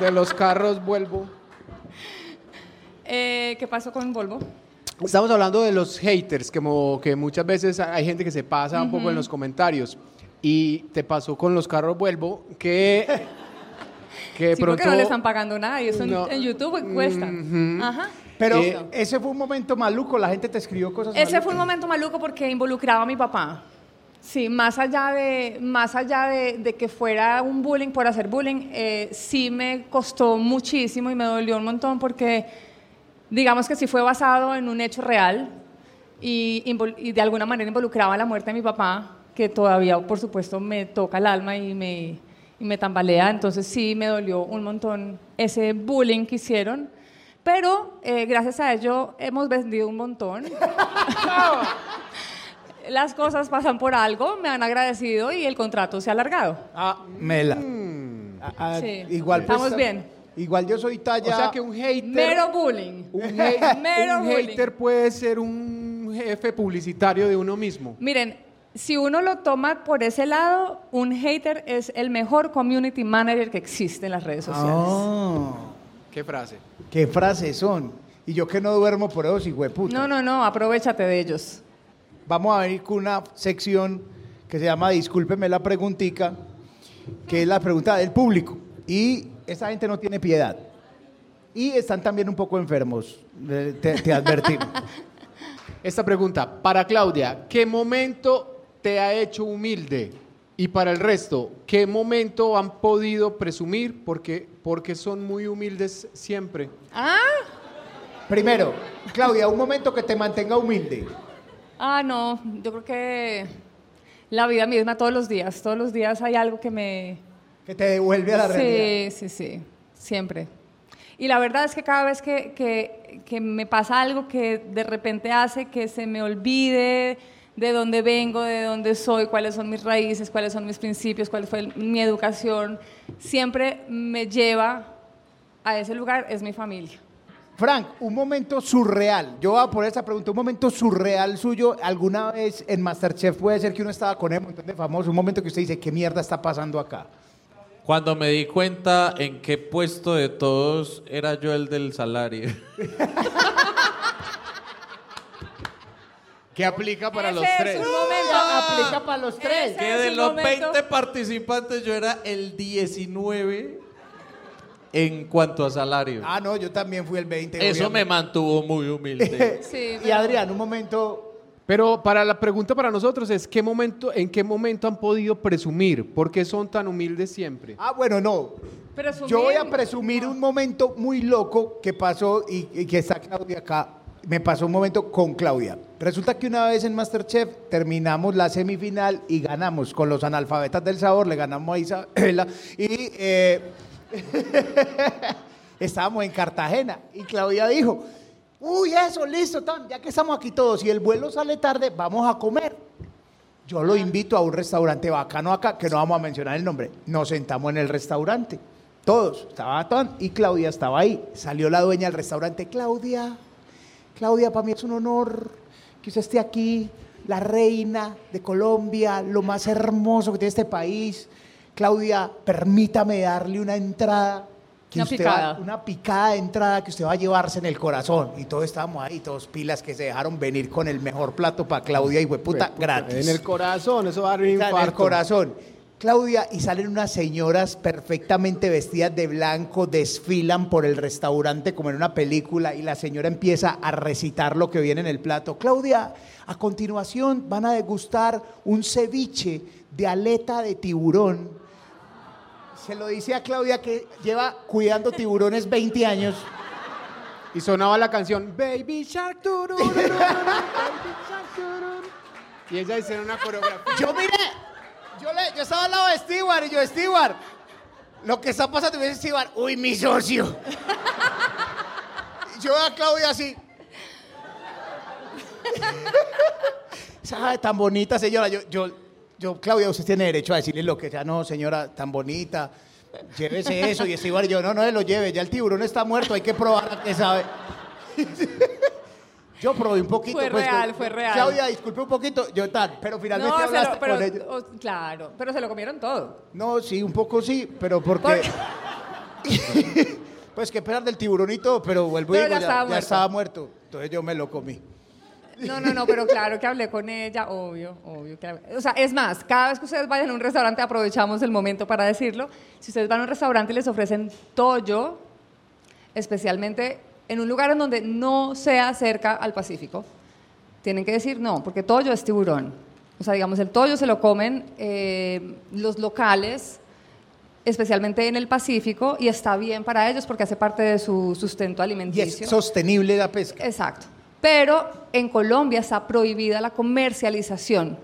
de los carros vuelvo. Eh, ¿Qué pasó con Volvo? Estamos hablando de los haters, como que muchas veces hay gente que se pasa un poco en los comentarios. Y te pasó con los carros vuelvo, (laughs) que, que de Sí, porque Eh, pronto... no le están pagando nada y eso en- No. en, YouTube pues, cuesta. Ujú. Ajá. Pero Eh, ese fue un momento maluco, la gente te escribió cosas Ese malucas. fue un momento maluco porque involucraba a mi papá. Sí, más allá de, más allá de, de que fuera un bullying por hacer bullying, eh, sí me costó muchísimo y me dolió un montón porque digamos que sí fue basado en un hecho real y, invol- y de alguna manera involucraba la muerte de mi papá, que todavía, por supuesto, me toca el alma y me, y me tambalea. Entonces sí me dolió un montón ese bullying que hicieron. Pero eh, gracias a ello hemos vendido un montón. (laughs) Las cosas pasan por algo, me han agradecido y el contrato se ha alargado. Ah, mela. Ah, ah, Sí. Igual pues, Estamos bien. Igual yo soy O talla. sea que un hater... Mero bullying. Un, hate- (laughs) Mero un bullying. hater puede ser un jefe publicitario de uno mismo. Miren, si uno lo toma por ese lado, un hater es el mejor community manager que existe en las redes sociales. Ah, Qué frase. qué frases son. Y yo que no duermo por eso, hijo de puta. No, no, no, aprovechate de ellos. Vamos a venir con una sección que se llama Discúlpeme la preguntica, que es la pregunta del público. Y esa gente no tiene piedad. Y están también un poco enfermos, eh, te, (laughs) te advertimos. Esta pregunta, para Claudia, ¿qué momento te ha hecho humilde? Y para el resto, ¿qué momento han podido presumir? Porque, porque son muy humildes siempre. Ah, Primero, Claudia, un momento que te mantenga humilde. ah, no, yo creo que la vida misma todos los días, todos los días hay algo que me, Que te devuelve a la realidad. Sí, sí, sí, siempre. Y la verdad es que cada vez que, que- que me pasa algo que de repente hace que se me olvide de dónde vengo, de dónde soy, cuáles son mis raíces, cuáles son mis principios, cuál fue el- mi educación, siempre me lleva a ese lugar, es mi familia. Frank, un momento surreal. Yo voy a poner esta pregunta. Un momento surreal suyo. ¿Alguna vez en Masterchef puede ser que uno estaba con un montón de famosos? Un momento que usted dice, ¿qué mierda está pasando acá? Cuando me di cuenta en qué puesto de todos era yo el del salario. ¿Qué aplica para Ese los es tres? un momento. Aplica para los tres. Ese (laughs) que es de un los momento. 20 participantes yo era el 19 en cuanto a salario. Ah, no, yo también fui el 20. Eso me obviamente. mantuvo muy humilde. Sí, Y pero- Adrián, un momento Pero para la pregunta para nosotros es ¿qué momento, ¿en qué momento han podido presumir? ¿Por qué son tan humildes siempre? Ah, bueno, no. Yo voy a presumir un momento muy loco que pasó y, y que está Claudia acá. Me pasó un momento con Claudia. Resulta que una vez en Masterchef terminamos la semifinal y ganamos con los analfabetas del sabor, le ganamos a Isabela y eh, (laughs) estábamos en Cartagena y Claudia dijo, uy, eso, listo, tan, ya que estamos aquí todos y el vuelo sale tarde, vamos a comer. Yo lo invito a un restaurante bacano acá, que no vamos a mencionar el nombre. Nos sentamos en el restaurante. Todos. Estaba Tan y Claudia estaba ahí. Salió la dueña del restaurante. Claudia, Claudia, para mí es un honor que usted esté aquí. La reina de Colombia, lo más hermoso que tiene este país. Claudia, permítame darle una entrada. Que Una usted picada. va- una picada de entrada que usted va a llevarse en el corazón. Y todos estábamos ahí, todos pilas que se dejaron venir con el mejor plato para Claudia y hueputa, gratis. En el corazón, eso va a dar un O sea, en el infarto. corazón. Claudia, y salen unas señoras perfectamente vestidas de blanco, desfilan por el restaurante como en una película, y la señora empieza a recitar lo que viene en el plato. Claudia, a continuación van a degustar un ceviche de aleta de tiburón. Se lo dice a Claudia que lleva cuidando tiburones 20 años. Y sonaba la canción Baby Shark turururu, Baby Shark turururu". Y ella hizo una coreografía. Yo miré, yo, le- yo estaba al lado de Stewart y yo, Stewart, lo que está pasando, me dice Stewart, uy, mi socio. yo a Claudia así. (laughs) ¿Sabe? Tan bonita señora. Yo, yo, yo, Claudia, usted tiene derecho a decirle lo que sea. No, señora, tan bonita. Llévese eso. Y Stewart, yo, no, no se lo lleve. Ya el tiburón está muerto, hay que probar, que sabe. (laughs) Yo probé un poquito. Fue pues, real, con- fue real. Claudia, disculpe un poquito. Yo tal, pero finalmente No, se hablaste lo- pero- con ella. o- claro, pero se lo comieron todo. No, sí, un poco sí, pero porque. (laughs) pues que pesar del tiburonito, pero vuelvo Pero y ya digo, ya, estaba ya muerto. estaba muerto. Entonces yo me lo comí. No, no, no, pero claro que hablé con ella, obvio, obvio. que hablé. O sea, es más, cada vez que ustedes vayan a un restaurante, aprovechamos el momento para decirlo. Si ustedes van a un restaurante y les ofrecen tollo, especialmente en un lugar en donde no sea cerca al Pacífico, tienen que decir no, porque tollo es tiburón. O sea, digamos, el tollo se lo comen eh, los locales, especialmente en el Pacífico, y está bien para ellos porque hace parte de su sustento Y es alimenticio. sostenible la pesca. Exacto. Pero en Colombia está prohibida la comercialización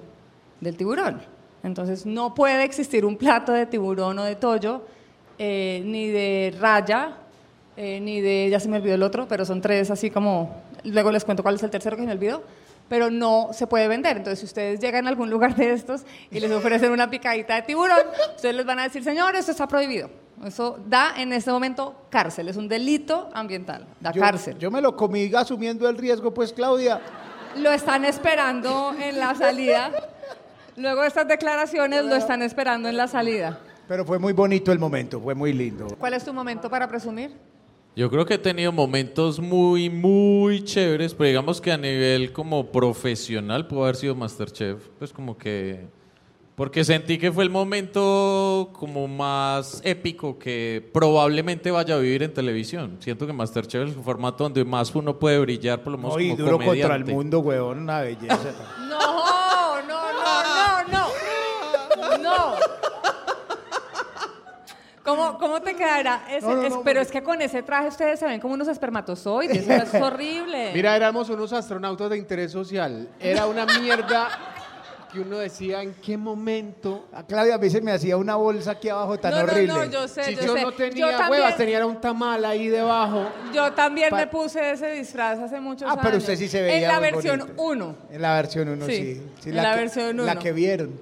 del tiburón. Entonces no puede existir un plato de tiburón o de tollo, eh, ni de raya, eh, ni de, ya se me olvidó el otro, pero son tres así como, luego les cuento cuál es el tercero que se me olvidó, pero no se puede vender. Entonces si ustedes llegan a algún lugar de estos y les ofrecen una picadita de tiburón, ustedes les van a decir, señor, esto está prohibido. Eso da en este momento cárcel, es un delito ambiental, da Yo- cárcel. Yo me lo comí asumiendo el riesgo, pues, Claudia. Lo están esperando en la salida. Luego de estas declaraciones lo están esperando en la salida. Pero fue muy bonito el momento, fue muy lindo. ¿Cuál es tu momento para presumir? Yo creo que he tenido momentos muy, muy chéveres, pero digamos que a nivel como profesional pudo haber sido Masterchef. Pues como que... Porque sentí que fue el momento como más épico que probablemente vaya a vivir en televisión. Siento que Masterchef es un formato donde más uno puede brillar, por lo menos No, y como duro contra el comediante. mundo, huevón, una belleza. No, no, no, no, no. No. ¿Cómo, cómo te quedará? Ese- No, no, es- no, pero es que con ese traje ustedes se ven como unos espermatozoides. eso (laughs) es horrible. Mira, éramos unos astronautas de interés social. Era una mierda que uno decía en qué momento. A Claudia a mí se me hacía una bolsa aquí abajo tan no, no, horrible. no, yo sé, si yo, yo, sé. no tenía yo también, huevas, tenía un tamal ahí debajo. yo también Pa- me puse ese disfraz hace muchos Ah, años. pero usted sí se En veía la muy versión bonita. 1. En la versión 1, sí. Sí, Sí, en la que- versión La uno. que vieron.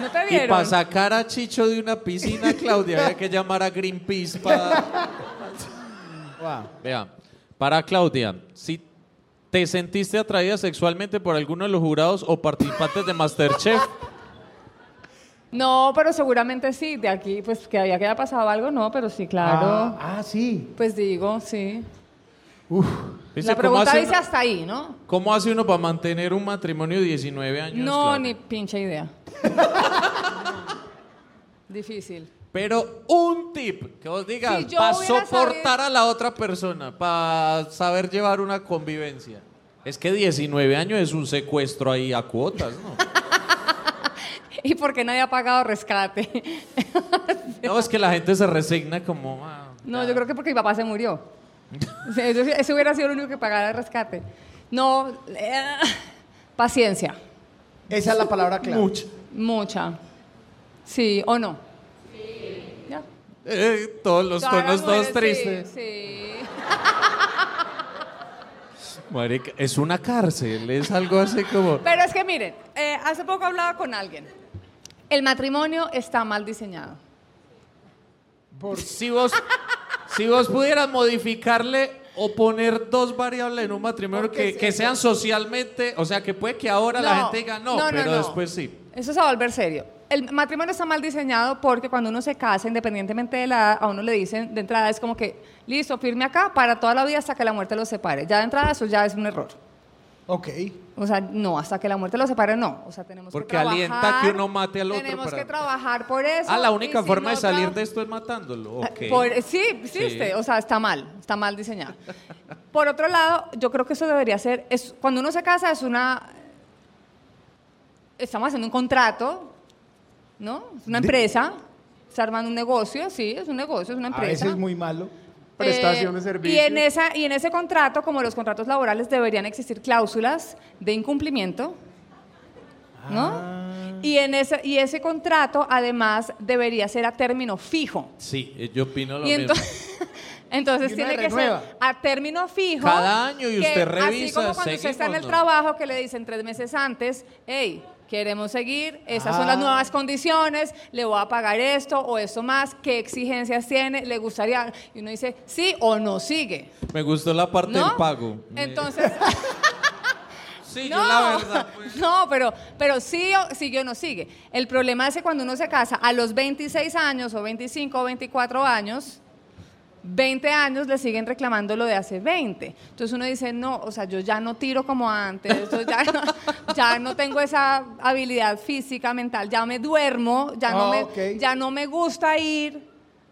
¿No te Y vieron? para sacar a Chicho de una piscina, Claudia, había que llamar a Greenpeace para... (laughs) Guau. Vea, para Claudia, si te sentiste atraída sexualmente por alguno de los jurados o participantes (laughs) de Masterchef, No, pero seguramente sí. De aquí, pues que había que haya pasado algo, no, pero sí, claro. Ah, ah, sí. Pues digo, sí. dice, La ¿cómo, pregunta hace dice uno, hasta ahí, ¿no? cómo hace uno para mantener un matrimonio de 19 años? No, Claudia? ni pinche idea. (laughs) Difícil. Pero un tip que vos digas Si yo para hubiera soportar sabido- a la otra persona, para saber llevar una convivencia. Es que 19 años es un secuestro ahí a cuotas, ¿no? ¿Y por qué nadie ha pagado rescate? (laughs) No, es que la gente se resigna como... "Ah, No, yo creo que porque mi papá se murió. (laughs) Eso, eso hubiera sido lo único que pagara el rescate. No, eh, (laughs) paciencia, Esa es la palabra clave. mucho". mucha. Sí o no. Ya. Eh, todos los Todas las tonos todos mujeres, tristes. Sí, sí. Marica, es una cárcel, es algo así como... Pero es que miren, eh, hace poco hablaba con alguien. El matrimonio está mal diseñado. (laughs) Si vos, si vos pudieras modificarle o poner dos variables en un matrimonio Porque que, sí. que sean socialmente, o sea, que puede que ahora la gente diga no, pero después sí. Eso se va a volver serio. El matrimonio está mal diseñado porque cuando uno se casa, independientemente de la edad, a uno le dicen de entrada es como que, listo, firme acá para toda la vida hasta que la muerte los separe. Ya de entrada eso ya es un error. Ok. O sea, no, hasta que la muerte los separe, no. O sea, tenemos Porque que trabajar. alienta que uno mate al otro Tenemos para- que trabajar por eso. Ah, la única y si forma no de salir tra- de esto es matándolo. ok. por- eh, sí, sí, usted, o sea, está mal, está mal diseñado. Por otro lado, yo creo que eso debería ser, es, cuando uno se casa es una, estamos haciendo un contrato, ¿no? Es una empresa, está armando un negocio, sí, es un negocio, es una A empresa. veces es muy malo. Prestación de Eh, servicios. Y en, esa, y en ese contrato, como los contratos laborales, deberían existir cláusulas de incumplimiento, ¿no? Y, en ese, y ese contrato, además, debería ser a término fijo. Sí, eh, yo opino lo Y mismo. entonces, (laughs) entonces Y uno tiene que renueva. ser a término fijo. Cada año y que usted Así revisa, como cuando usted está en el ¿seguimos, no? trabajo que le dicen tres meses antes, hey, queremos seguir, esas son Ah. las nuevas condiciones, le voy a pagar esto o eso más, qué exigencias tiene, le gustaría. Y uno dice, sí o no sigue. Me gustó la parte ¿No? del pago. Entonces. (laughs) Sí, No, yo la verdad. (laughs) pues, no, pero, pero sí o sigue o no sigue. El problema es que cuando uno se casa a los 26 años o 25 o 24 años, 20 años le siguen reclamando lo de hace 20. Entonces uno dice, no, o sea, yo ya no tiro como antes, yo ya, no, (laughs) ya no tengo esa habilidad física, mental, ya me duermo, ya, no Ah, me, ok. ya no me gusta ir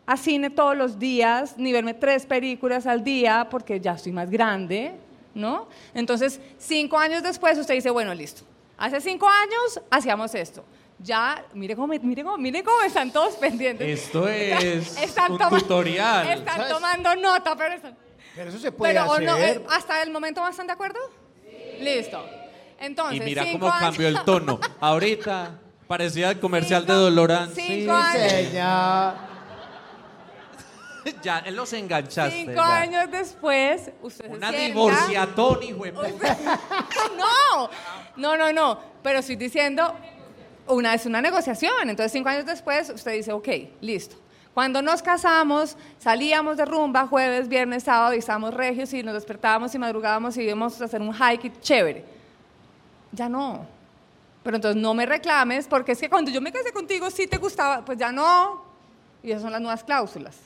a cine todos los días, ni verme tres películas al día, porque ya estoy más grande, ¿no? Entonces, cinco años después usted dice, bueno, listo, hace cinco años hacíamos esto. Ya, mire cómo, me- mire cómo, mire cómo están todos (laughs) pendientes. Esto es (laughs) Están un toma- tutorial. Están ¿sabes? tomando nota, pero están- Pero eso se puede pero, o hacer. no, eh, ¿Hasta el momento ¿no están de acuerdo? Listo. Entonces, y mira cinco cómo años- cambió el tono. Ahorita parecía el comercial Cinco- de Dolorán. cinco años. Señor. (laughs) ya, los enganchaste. Cinco ya. años después, usted Una se sienta- divorciatón, hijo de puta. (laughs) no, no, no, no. Pero estoy diciendo, una es una negociación. Entonces, cinco años después, usted dice, ok, listo. Cuando nos casamos, salíamos de rumba jueves, viernes, sábado y estábamos regios y nos despertábamos y madrugábamos y íbamos a hacer un hike y chévere. Ya no. Pero entonces no me reclames porque es que cuando yo me casé contigo sí te gustaba, pues ya no. Y esas son las nuevas cláusulas.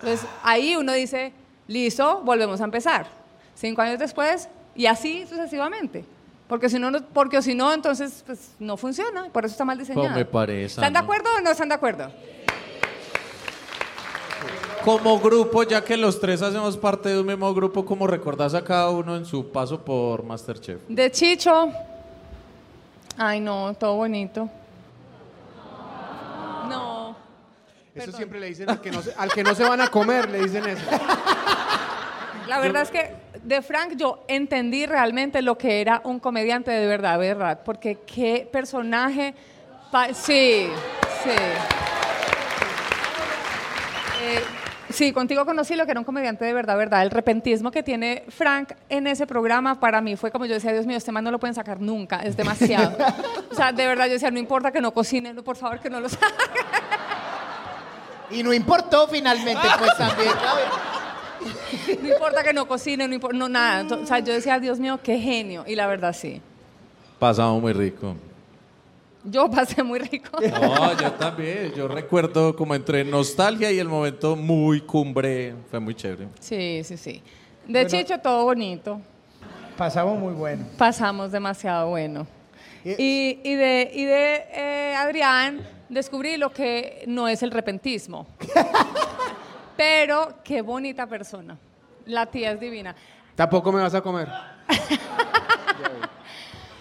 Entonces Ah. ahí uno dice, listo, volvemos a empezar. Cinco años después y así sucesivamente. Porque si no, no- porque si no entonces pues, no funciona. Por eso está mal diseñado. me parece, ¿Están de ¿no? acuerdo o no están de acuerdo? Como grupo, ya que los tres hacemos parte de un mismo grupo, ¿cómo recordás a cada uno en su paso por Masterchef? De Chicho. Ay, no, todo bonito. No. Eso siempre le dicen al que, no se, al que no se van a comer, le dicen eso. La verdad es que de Frank yo entendí realmente lo que era un comediante de verdad, de verdad, porque qué personaje... pa- sí, sí. Eh, sí, contigo conocí lo que era un comediante de verdad, verdad. El repentismo que tiene Frank en ese programa para mí fue como yo decía, Dios mío, este man no lo pueden sacar nunca, es demasiado. o sea, de verdad yo decía, no importa que no cocinen, por favor que no lo (laughs) saquen. Y no importó finalmente, (laughs) pues también. No importa que no cocinen, no importa, no nada. Ento- O sea, yo decía, Dios mío, qué genio. Y la verdad sí. Pasado muy rico. Yo pasé muy (laughs) rico. No, yo también. Yo recuerdo como entre nostalgia y el momento muy cumbre. Fue muy chévere. Sí, sí, sí. De Chicho todo bonito. Pasamos muy bueno. Pasamos demasiado bueno. Y, y de, y de eh, Adrián descubrí lo que no es el (laughs) repentismo. Pero qué bonita persona. La tía es divina. Tampoco me vas a comer. (laughs)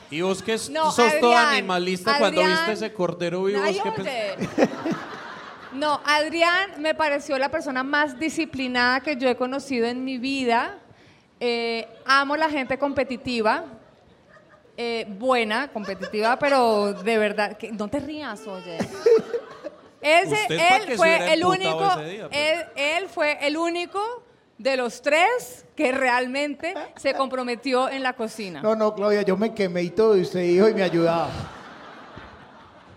Y vos que s- No, sos todo Adrián, animalista cuando Adrián. viste ese cordero vivo. pues. Ay, vos qué pens- (laughs) oye. No, Adrián me pareció la persona más disciplinada que yo he conocido en mi vida. Eh, amo la gente competitiva, eh, buena, competitiva, pero de verdad, que, no te rías, oye. Ese, Usted pa' que él se fue hubiera el emputado único, ese día, pero- él, él fue el único de los tres que realmente se comprometió en la cocina. No, no, Claudia, yo me quemé y todo, y usted dijo y me ayudaba.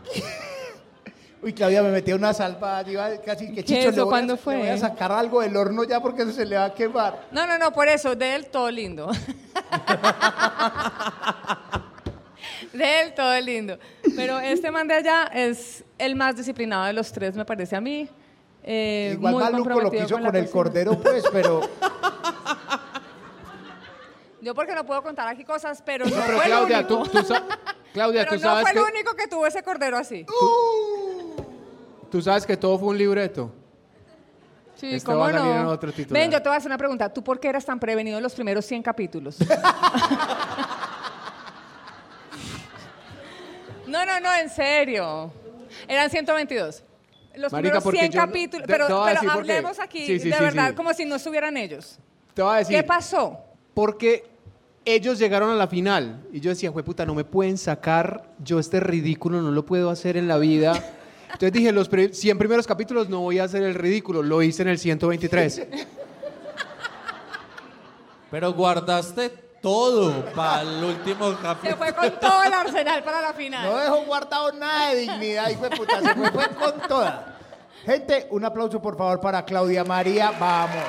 (laughs) Uy, Claudia, me metió una salva, yo iba casi que ¿Qué chicho, eso? le voy, ¿Cuándo a, fue? le voy a sacar algo del horno ya porque eso se le va a quemar. No, no, no, por eso, de él todo lindo. de él todo lindo. Pero este man de allá es el más disciplinado de los tres, me parece a mí. Eh, Igual muy Maluco lo comprometido que hizo con, la el cocina. cordero, pues, pero... (laughs) Yo porque no puedo contar aquí cosas, pero no, Pero fue el Claudia, tú, único. tú (laughs) sa- Claudia, pero tú no sabes fue que... el único que tuvo ese cordero así. Tú sabes que todo fue un libreto. Sí, Este cómo va a salir en no. otro titular. Ven, yo te voy a hacer una pregunta. ¿Tú por qué eras tan prevenido en los primeros 100 (laughs) capítulos? no, no, no, en serio. Eran 122. Los Marica, primeros porque 100 yo no- capítulos. te- pero te voy a pero decir por qué. hablemos aquí Sí, sí, de sí, verdad, sí. como si no estuvieran ellos. Te voy a decir. ¿Qué pasó? Porque ellos llegaron a la final y yo decía, puta, no me pueden sacar, yo este ridículo no lo puedo hacer en (laughs) la vida. Entonces dije, los pri- 100 primeros capítulos no voy a hacer el ridículo, lo hice en el 123. Pero guardaste todo para el último Se capítulo. fue con (laughs) todo el arsenal para la final. No dejó guardado nada de dignidad, hijo de puta, se fue, fue con toda. Gente, un aplauso por favor para Claudia María, vamos.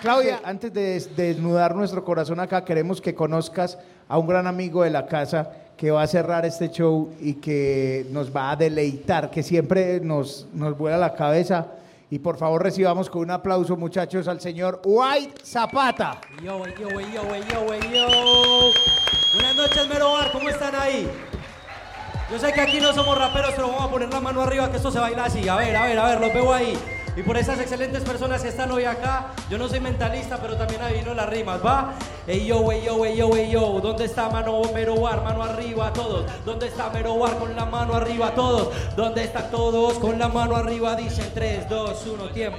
Claudia, antes de des- de desnudar nuestro corazón acá, queremos que conozcas a un gran amigo de la casa que va a cerrar este show y que nos va a deleitar, que siempre nos, nos vuela la cabeza. Y por favor recibamos con un aplauso, muchachos, al señor White Zapata. Yo, yo, yo, yo, yo. Buenas noches, Mero Bar, ¿cómo están ahí? Yo sé que aquí no somos raperos, pero vamos a poner la mano arriba que esto se baila así. A ver, a ver, a ver, los veo ahí. Y por esas excelentes personas que están hoy acá, yo no soy mentalista, pero también adivino las rimas, ¿va? Ey yo, ey yo, ey yo, ey yo, ¿dónde está mano Mero Bar? Mano arriba todos. ¿Dónde está Mero Bar con la mano arriba todos? ¿Dónde están todos con la mano arriba? Dicen 3, 2, 1, tiempo.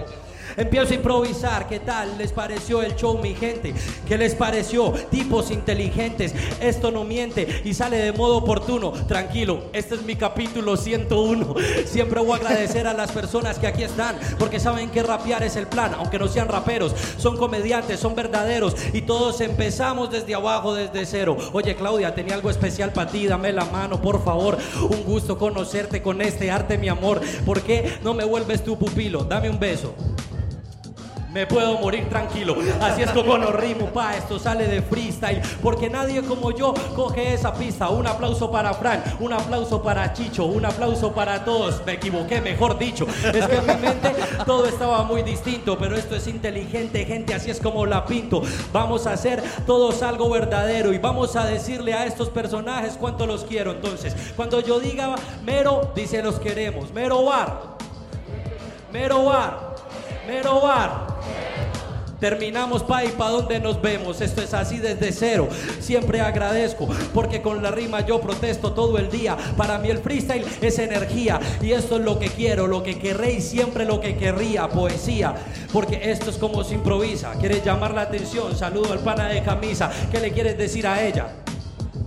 Empiezo a improvisar, ¿qué tal les pareció el show, mi gente? ¿Qué les pareció? Tipos inteligentes, esto no miente y sale de modo oportuno. Tranquilo, este es mi capítulo 101. Siempre voy a agradecer a las personas que aquí están, porque saben que rapear es el plan, aunque no sean raperos, son comediantes, son verdaderos y todos empezamos desde abajo, desde cero. Oye, Claudia, tenía algo especial para ti, dame la mano, por favor. Un gusto conocerte con este arte, mi amor. ¿Por qué no me vuelves tu pupilo? Dame un beso me puedo morir tranquilo. Así es como nos rimo, pa, esto sale de freestyle. Porque nadie como yo coge esa pista. Un aplauso para Fran, un aplauso para Chicho, un aplauso para todos. Me equivoqué, mejor dicho. Es que en mi mente todo estaba muy distinto, pero esto es inteligente, gente, así es como la pinto. Vamos a hacer todos algo verdadero y vamos a decirle a estos personajes cuánto los quiero. Entonces, cuando yo diga mero, dice los queremos. Mero bar, mero bar, mero bar. Terminamos pa' y pa' donde nos vemos, esto es así desde cero. Siempre agradezco, porque con la rima yo protesto todo el día. Para mí el freestyle es energía, y esto es lo que quiero, lo que querré y siempre lo que querría, poesía. Porque esto es como se improvisa, quieres llamar la atención, saludo al pana de camisa, ¿qué le quieres decir a ella?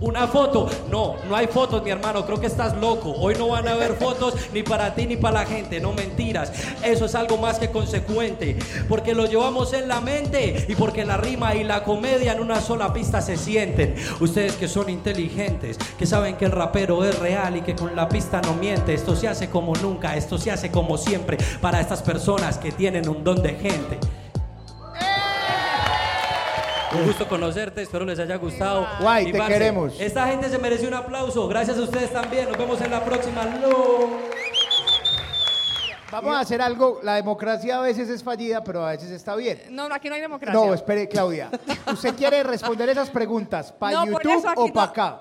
Una foto, no, no hay fotos, mi hermano, creo que estás loco. Hoy no van a haber fotos ni para ti ni para la gente, no mentiras. Eso es algo más que consecuente, porque lo llevamos en la mente y porque la rima y la comedia en una sola pista se sienten. Ustedes que son inteligentes, que saben que el rapero es real y que con la pista no miente, esto se hace como nunca, esto se hace como siempre para estas personas que tienen un don de gente. Un gusto conocerte, espero les haya gustado. Guay, Y, te parce, queremos. Esta gente se merece un aplauso. Gracias a ustedes también. Nos vemos en la próxima. Lo- Vamos a hacer algo, la democracia a veces es fallida, pero a veces está bien. No, no, aquí no hay democracia. No, espere, Claudia. ¿Usted quiere responder esas preguntas para No, por YouTube eso aquí o para no- acá?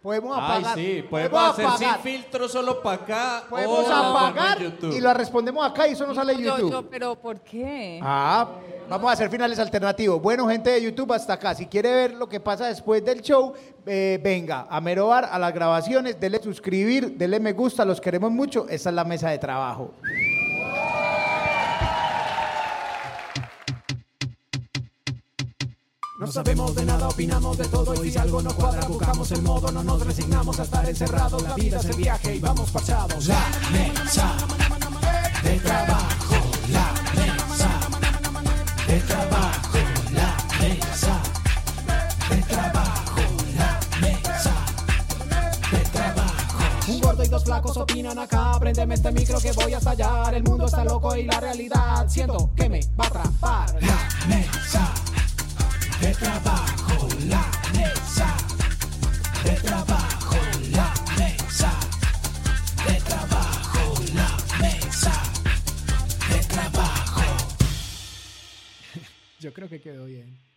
Podemos Ay, apagar. sí, podemos hacer apagar. sin filtro solo para acá. Podemos o lo apagar ponemos en YouTube. y lo respondemos acá y eso no sale en Yo- YouTube. yo, pero ¿por qué? Ah, vamos a hacer finales alternativos. Bueno, gente de YouTube, hasta acá. Si quiere ver lo que pasa después del show, eh, venga a Merobar, a las grabaciones, dele suscribir, dele me gusta, los queremos mucho. Esta es la mesa de trabajo. No sabemos de nada, opinamos de todo y si algo no cuadra buscamos el modo, no nos resignamos a estar encerrados. La vida es el viaje y vamos parchados. La mesa de trabajo, la mesa de trabajo, la mesa de trabajo, la mesa de trabajo. Un gordo y dos flacos opinan acá, prendeme este micro que voy a estallar. El mundo está loco y la realidad siento que me va a atrapar. La mesa de trabajo, la mesa, de trabajo, la mesa, de trabajo, la mesa, de trabajo. Yo creo que quedó bien.